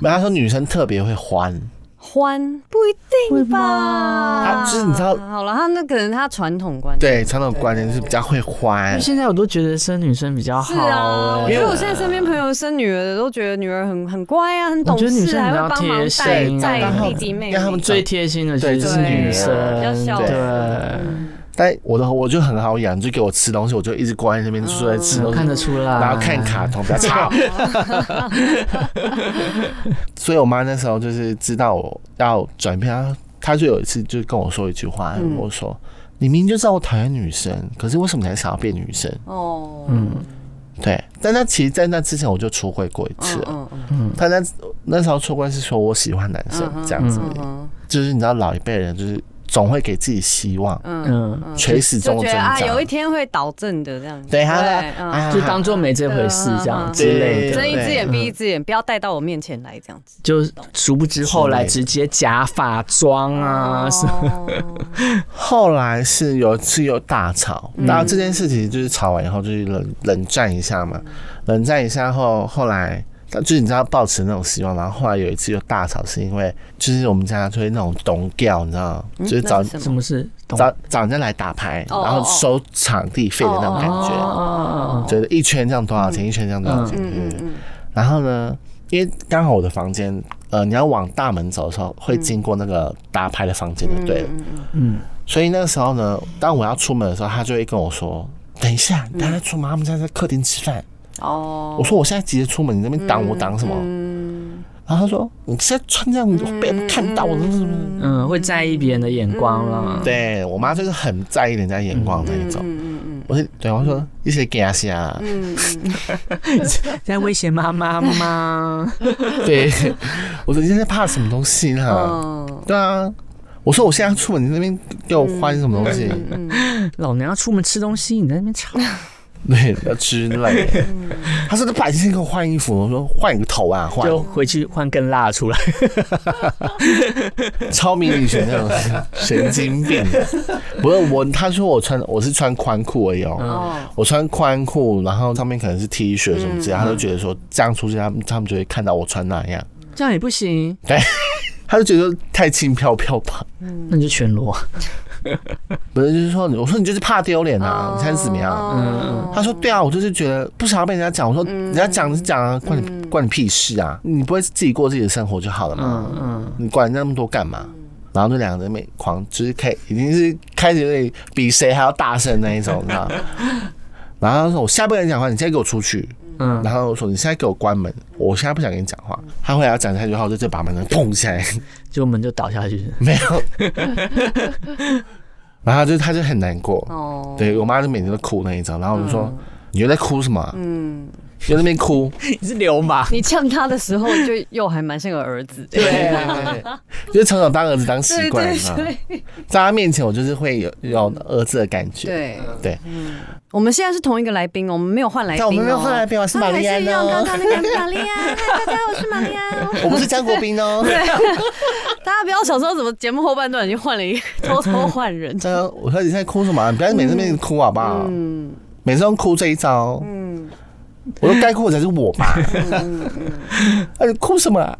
Speaker 1: 没有她说女生特别会欢，
Speaker 3: 欢不一定吧？
Speaker 1: 他就是你知道
Speaker 3: 好了，他那可能他传统观念。
Speaker 1: 对，传统观念是比较会欢
Speaker 2: 为，现在我都觉得生女生比较好、
Speaker 3: 是啊，我
Speaker 2: 哎
Speaker 3: 觉得我现在身边朋友生女儿的都觉得女儿很很乖啊，很懂
Speaker 2: 我觉得女
Speaker 3: 事，
Speaker 2: 生
Speaker 3: 还
Speaker 2: 比
Speaker 3: 会
Speaker 2: 较
Speaker 3: 帮忙
Speaker 2: 贴
Speaker 3: 带
Speaker 2: 心
Speaker 3: 带
Speaker 1: 然后
Speaker 3: 弟弟妹妹。
Speaker 1: 啊让他们
Speaker 2: 最贴心的
Speaker 1: 对
Speaker 2: 其实
Speaker 1: 就是是女
Speaker 2: 女
Speaker 1: 儿
Speaker 2: 生，
Speaker 3: 比较小嗯
Speaker 2: 对，
Speaker 1: 但我的我就很好养，就给我吃东西，我就一直关在那边，就坐在吃
Speaker 2: 只能
Speaker 1: 东西，
Speaker 2: 看得出来，
Speaker 3: 啊
Speaker 1: 然后看卡通，比 较吵。所以我妈那时候就是知道我要转变，她她就有一次就跟我说一句话，
Speaker 3: 嗯
Speaker 1: 我说：“你明明就知道我讨厌女生，可是为什么你还想要变女生
Speaker 3: 哦，
Speaker 2: 嗯
Speaker 3: 嗯，？”
Speaker 1: 对，但那其实，在那之前我就出柜过一次了。
Speaker 3: 嗯嗯
Speaker 1: 他那那时候出柜是说我喜欢男生
Speaker 3: 嗯哼
Speaker 1: 这样子，
Speaker 3: 嗯哼
Speaker 1: 就是你知道老一辈人就是总会给自己希望，
Speaker 3: 嗯，
Speaker 2: 嗯，
Speaker 1: 垂死
Speaker 3: 就
Speaker 1: 中
Speaker 3: 觉
Speaker 1: 挣
Speaker 3: 得啊，
Speaker 1: 扎。
Speaker 3: 有一天会导正的这样子。
Speaker 1: 对，他
Speaker 3: 嗯
Speaker 1: 啊，
Speaker 2: 就当做没这回事
Speaker 3: 啊
Speaker 2: 这样之
Speaker 1: 对嗯
Speaker 2: 类的
Speaker 3: 睁，一只眼
Speaker 2: 对
Speaker 3: 闭一只眼，不要带到我面前来这样子。
Speaker 2: 就殊不知后来直接假发妆啊，什么
Speaker 3: 哦
Speaker 1: 后来是有一次有大吵，
Speaker 3: 嗯
Speaker 1: 然后这件事情就是吵完以后就是冷冷战一下嘛，冷战一下后，后来就是你知道抱持那种希望，然后后来有一次又大吵，是因为就是我们家就会那种懂调，你知道，吗？就是找
Speaker 3: 嗯那是什
Speaker 2: 什
Speaker 3: 么？
Speaker 2: 么是懂
Speaker 1: 找找人家来打牌，
Speaker 3: 哦
Speaker 1: 然后
Speaker 3: 哦哦
Speaker 1: 收场地费的那种感觉，
Speaker 2: 哦
Speaker 1: 觉得一圈这样多少钱，一圈这样多少钱，对
Speaker 3: 嗯
Speaker 1: 对对。
Speaker 3: 嗯
Speaker 1: 然后呢，因为刚好我的房间，呃，你要往大门走的时候，会经过那个打牌的房间就
Speaker 3: 嗯，
Speaker 1: 对了。
Speaker 3: 嗯嗯
Speaker 2: 嗯，
Speaker 1: 所以那个时候呢，当我要出门的时候，他就会跟我说：“等一下，你等下出门，他们现在在客厅吃饭。
Speaker 3: 嗯哦，
Speaker 1: 我说：“我现在急着出门，你那边挡我
Speaker 3: 嗯
Speaker 1: 挡什么？”
Speaker 3: 嗯
Speaker 1: 然后他说：“你现在穿这样，被人看到，我什么什么什么。
Speaker 2: 嗯，会在意别人的眼光了。
Speaker 1: 对我妈就是很在意人家眼光的那一种。我是对我说一些啊给他下，
Speaker 3: 嗯嗯
Speaker 2: 在威胁妈妈吗？
Speaker 1: 对我说你现在怕什么东西呢？
Speaker 3: 嗯
Speaker 1: 对啊，我说我现在出门，你那边给我换什么东西？
Speaker 3: 嗯，
Speaker 2: 老娘要出门吃东西，你在那边吵。
Speaker 1: 对之类的。
Speaker 3: 嗯
Speaker 1: 他说：“你白天给我换衣服。”我说：“换一个头啊，换
Speaker 2: 就回去换更辣出来。
Speaker 1: 超迷你裙那种神经病。”不是我，他说我穿我是穿宽裤而已哦。
Speaker 3: 哦，
Speaker 1: 我穿宽裤，然后上面可能是 T 恤什么之类，他就觉得说这样出去，他们他们就会看到我穿那样，
Speaker 2: 这样也不行，
Speaker 1: 他就觉得太轻飘飘吧。
Speaker 2: 那你就全裸。
Speaker 1: 不是，就是说你，我说你就是怕丢脸
Speaker 3: 哦
Speaker 1: 啊，你看怎么样？
Speaker 3: 嗯
Speaker 1: 他说对啊，我就是觉得不想要被人家讲。我说人家讲是讲啊，关你关你屁事啊！你不会自己过自己的生活就好了嘛？
Speaker 2: 嗯嗯，
Speaker 1: 你管那么多干嘛？
Speaker 3: 嗯
Speaker 1: 然后就两个人每狂，就是开，已经是开始有点比谁还要大声那一种，你知道 吗？然后他说：“我现在不跟你讲话，你现在给我出去。”
Speaker 2: 嗯
Speaker 1: 然后我说：“你现在给我关门，我现在不想跟你讲话。”他后来要讲下去后，就就把门给砰起来，
Speaker 2: 就门就倒下去。
Speaker 1: 没有。然后就他就很难过，
Speaker 3: 哦，
Speaker 1: 对我妈就每天都哭那一种。然后我就说：“你又在哭什么啊、
Speaker 3: 嗯，
Speaker 1: 又在那边哭？
Speaker 2: 你是流氓。
Speaker 3: 你呛他的时候就又还蛮像个儿子的，
Speaker 1: 对，啊就是从小当儿子当习惯了。你知道吗
Speaker 3: 对
Speaker 1: 在他面前，我就是会有有儿子的感觉。
Speaker 3: 对
Speaker 1: 对，
Speaker 3: 我们现在是同一个来宾哦，我们没有换来宾
Speaker 1: 嗯但
Speaker 3: 哦，
Speaker 1: 我们没有换来宾，啊我是玛丽安
Speaker 3: 一样刚
Speaker 1: 哦，
Speaker 3: 刚那个玛丽安， 嗨，大家，我是玛丽安。
Speaker 1: 我不是张国斌哦。
Speaker 3: 大家不要想说怎么节目后半段已经换了一个，偷偷换 人。
Speaker 1: 这样我说你在哭什么啊？你不要每次面哭好不好？
Speaker 3: 嗯
Speaker 1: 每次都哭这一招，
Speaker 3: 嗯，
Speaker 1: 我说该哭的才是我吧。
Speaker 3: 嗯
Speaker 1: 哎，你哭什么啊？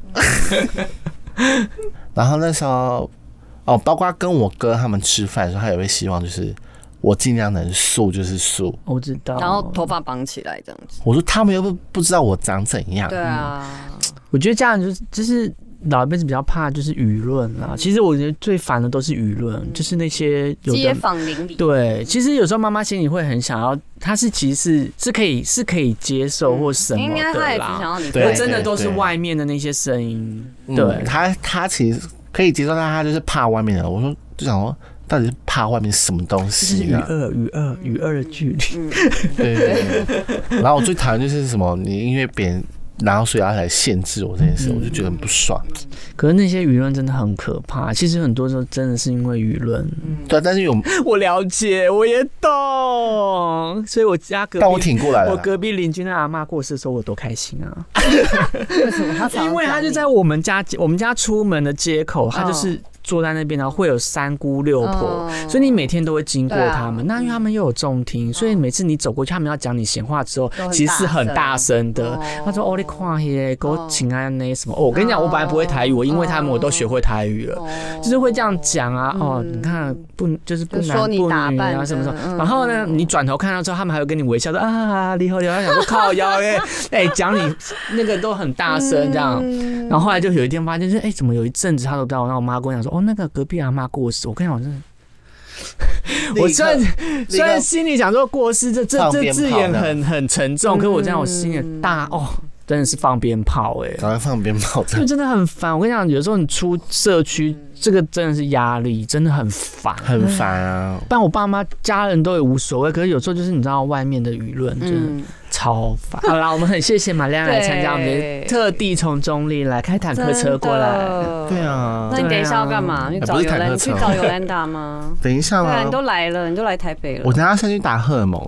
Speaker 1: 然后那时候，哦，包括跟我哥他们吃饭的时候，他也会希望就是我尽量能素就是素。
Speaker 2: 我知道。
Speaker 3: 然后头发绑起来这样子。
Speaker 1: 我说他们又不不知道我长怎样
Speaker 2: 嗯
Speaker 3: 对，啊，
Speaker 2: 我觉得家人就是就是老一辈子比较怕就是舆论啦。其实我觉得最烦的都是舆论，就是那些有
Speaker 3: 街
Speaker 2: 的。
Speaker 3: 坊邻里。
Speaker 2: 对，其实有时候妈妈心里会很想要，她是其实是是可以是可以接受或什
Speaker 3: 嗯应
Speaker 2: 么
Speaker 3: 该他
Speaker 2: 的
Speaker 3: 也只
Speaker 2: 啦。
Speaker 3: 想要你
Speaker 1: 对
Speaker 2: 我真的都是
Speaker 1: 对
Speaker 2: 外面的那些声音，
Speaker 1: 嗯
Speaker 2: 对
Speaker 1: 他，他其实可以接受到他就是怕外面的。我说就想说，到底是怕外面什么东
Speaker 2: 就是
Speaker 1: 西
Speaker 2: 与
Speaker 1: 啊？
Speaker 2: 恶与恶与恶的距离。
Speaker 3: 嗯
Speaker 1: 对对对对。然后我最讨厌就是什么，你因为别人然后所以要来限制我这件事，我就觉得很不爽。
Speaker 2: 可是那些舆论真的很可怕，其实很多时候真的是因为舆论。
Speaker 1: 对啊，但是有，
Speaker 2: 我了解，我也懂，所以我家隔壁，
Speaker 1: 但我挺过来了
Speaker 2: 我
Speaker 1: 啦。
Speaker 2: 隔壁邻居那阿妈过世的时候，我多开心啊！
Speaker 3: 为什么他常常
Speaker 2: 嗯因为她就在我们家，我们家出门的街口，她就是坐在那边，然后会有三姑六婆，
Speaker 3: 嗯
Speaker 2: 所以你每天都会经过
Speaker 3: 对啊
Speaker 2: 他们。那因为他们又有重听，所以每次你走过去，他们要讲你闲话之后
Speaker 3: 都很，
Speaker 2: 其实是很大声的
Speaker 3: 大声。
Speaker 2: 他说：“哦，你看耶，给我
Speaker 3: 哦
Speaker 2: 请安呢什么。”哦，我跟你讲，
Speaker 3: 哦
Speaker 2: 我本来不会台语，我因为他们我都学会台语了。就是会这样讲啊，哦，
Speaker 3: 嗯
Speaker 2: 你看不就是不
Speaker 3: 就
Speaker 2: 男
Speaker 3: 说你
Speaker 2: 不
Speaker 3: 打
Speaker 2: 女
Speaker 3: 扮
Speaker 2: 啊
Speaker 3: 得
Speaker 2: 什么什么，
Speaker 3: 嗯
Speaker 2: 然后呢，
Speaker 3: 嗯
Speaker 2: 你转头看到之后，他们还会跟你微笑说啊，你好，你好，想说靠腰 耶，哎，讲你那个都很大声这样，
Speaker 3: 嗯
Speaker 2: 然后后来就有一天发现，就是哎、怎么有一阵子他都不知道。然后我妈跟我讲说，哦，那个隔壁阿妈过世。我跟你讲，我真的，我虽然
Speaker 1: 刻
Speaker 2: 虽然心里想说过世这这
Speaker 1: 放
Speaker 2: 这
Speaker 1: 鞭
Speaker 2: 字
Speaker 1: 炮
Speaker 2: 眼
Speaker 1: 呢
Speaker 2: 很很沉重，可是我这样我心里大
Speaker 3: 嗯
Speaker 2: 哦，真的是放鞭炮哎、
Speaker 1: 赶快放鞭炮
Speaker 2: 这
Speaker 1: 的
Speaker 2: 个，真的很烦。我跟你讲，有时候你出社区，
Speaker 3: 嗯
Speaker 2: 这个真的是压力，真的很烦。
Speaker 1: 很烦啊！
Speaker 2: 但我爸妈家人都也无所谓，可是有时候就是你知道外面的舆论真的
Speaker 3: 嗯，
Speaker 2: 超烦。好啦，我们很谢谢玛丽亚来参加我们
Speaker 3: 对
Speaker 2: 的，特地从中立来开坦克车过来。
Speaker 3: 真的
Speaker 1: 对。啊
Speaker 3: 那，你等一下要干嘛？
Speaker 2: 对
Speaker 3: 你
Speaker 1: 啊
Speaker 3: 找
Speaker 1: 不是
Speaker 3: 尤
Speaker 1: 坦克
Speaker 3: 兰，你去
Speaker 1: 车
Speaker 3: 找尤兰达 吗？
Speaker 1: 等一下
Speaker 3: 对啊，
Speaker 1: 啦
Speaker 3: 你，都来了，你都来台北了
Speaker 1: 我。等一下先去打荷尔蒙，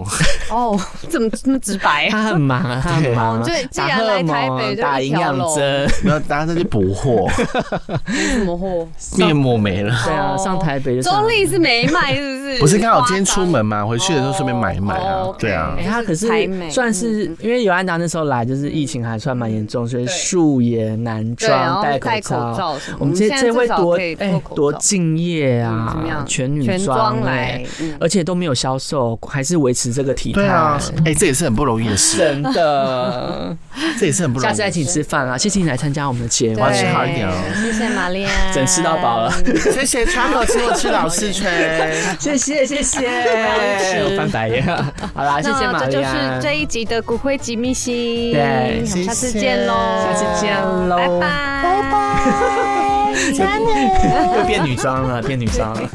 Speaker 3: 哦，怎么这么直白？
Speaker 2: 他很忙啊，他很忙啊。
Speaker 3: 对，既
Speaker 2: 打
Speaker 3: 然
Speaker 2: 荷
Speaker 3: 来
Speaker 2: 尔
Speaker 3: 台北
Speaker 2: 蒙、
Speaker 3: 就
Speaker 2: 打
Speaker 3: 一
Speaker 2: 营
Speaker 3: 条
Speaker 2: 养
Speaker 3: 龙，
Speaker 2: 针，
Speaker 1: 然后大家再去补货，
Speaker 3: 什么货？
Speaker 1: 面膜没 了。
Speaker 2: 对啊，
Speaker 3: 哦
Speaker 2: 上台北就上
Speaker 3: 中立是没卖，是不是？
Speaker 1: 不是刚好今天
Speaker 3: 夸张
Speaker 1: 出门嘛，回去的时候顺便买一买
Speaker 3: 哦
Speaker 1: 啊
Speaker 3: ，OK，
Speaker 1: 对啊
Speaker 2: 哎、，他可是
Speaker 3: 台美
Speaker 2: 算是
Speaker 3: 嗯
Speaker 2: 因为尤安达那时候来，就是疫情还算蛮严重，所以
Speaker 3: 对
Speaker 2: 素颜男
Speaker 3: 对，然
Speaker 2: 装、
Speaker 3: 后戴口
Speaker 2: 罩。
Speaker 3: 罩什么。
Speaker 2: 我们这
Speaker 3: 现在
Speaker 2: 这
Speaker 3: 至
Speaker 2: 会
Speaker 3: 少
Speaker 2: 多
Speaker 3: 可以
Speaker 2: 哎
Speaker 3: 脱口
Speaker 2: 多
Speaker 3: 罩
Speaker 2: 敬业
Speaker 3: 嗯怎么
Speaker 2: 啊
Speaker 3: 样，
Speaker 2: 全女
Speaker 3: 全
Speaker 2: 装
Speaker 3: 装来
Speaker 2: 哎，，
Speaker 3: 嗯
Speaker 2: 而且都没有销售，还是维持这个体态。
Speaker 1: 对啊，哎，这也是很不容易的事，
Speaker 2: 真 的，
Speaker 1: 这也是很不容易。
Speaker 2: 下次再请吃饭啊！谢谢你来参加我们的节目，
Speaker 1: 我要吃好一点哦
Speaker 3: 对谢谢 玛丽安，
Speaker 2: 整吃到饱 了。
Speaker 1: 谢谢 Chaco 请我吃老四圈，
Speaker 2: 谢谢谢 谢，我翻白眼。 好啦，谢谢
Speaker 3: 那
Speaker 2: 玛
Speaker 3: 这
Speaker 2: 丽
Speaker 3: 就是
Speaker 2: 安，
Speaker 3: 这一集的骨灰级密信，我
Speaker 2: 对
Speaker 3: 们下次
Speaker 1: 谢谢
Speaker 3: 见喽，
Speaker 2: 下次见喽
Speaker 3: 拜拜，拜拜，
Speaker 2: 又变女装了，变女装了。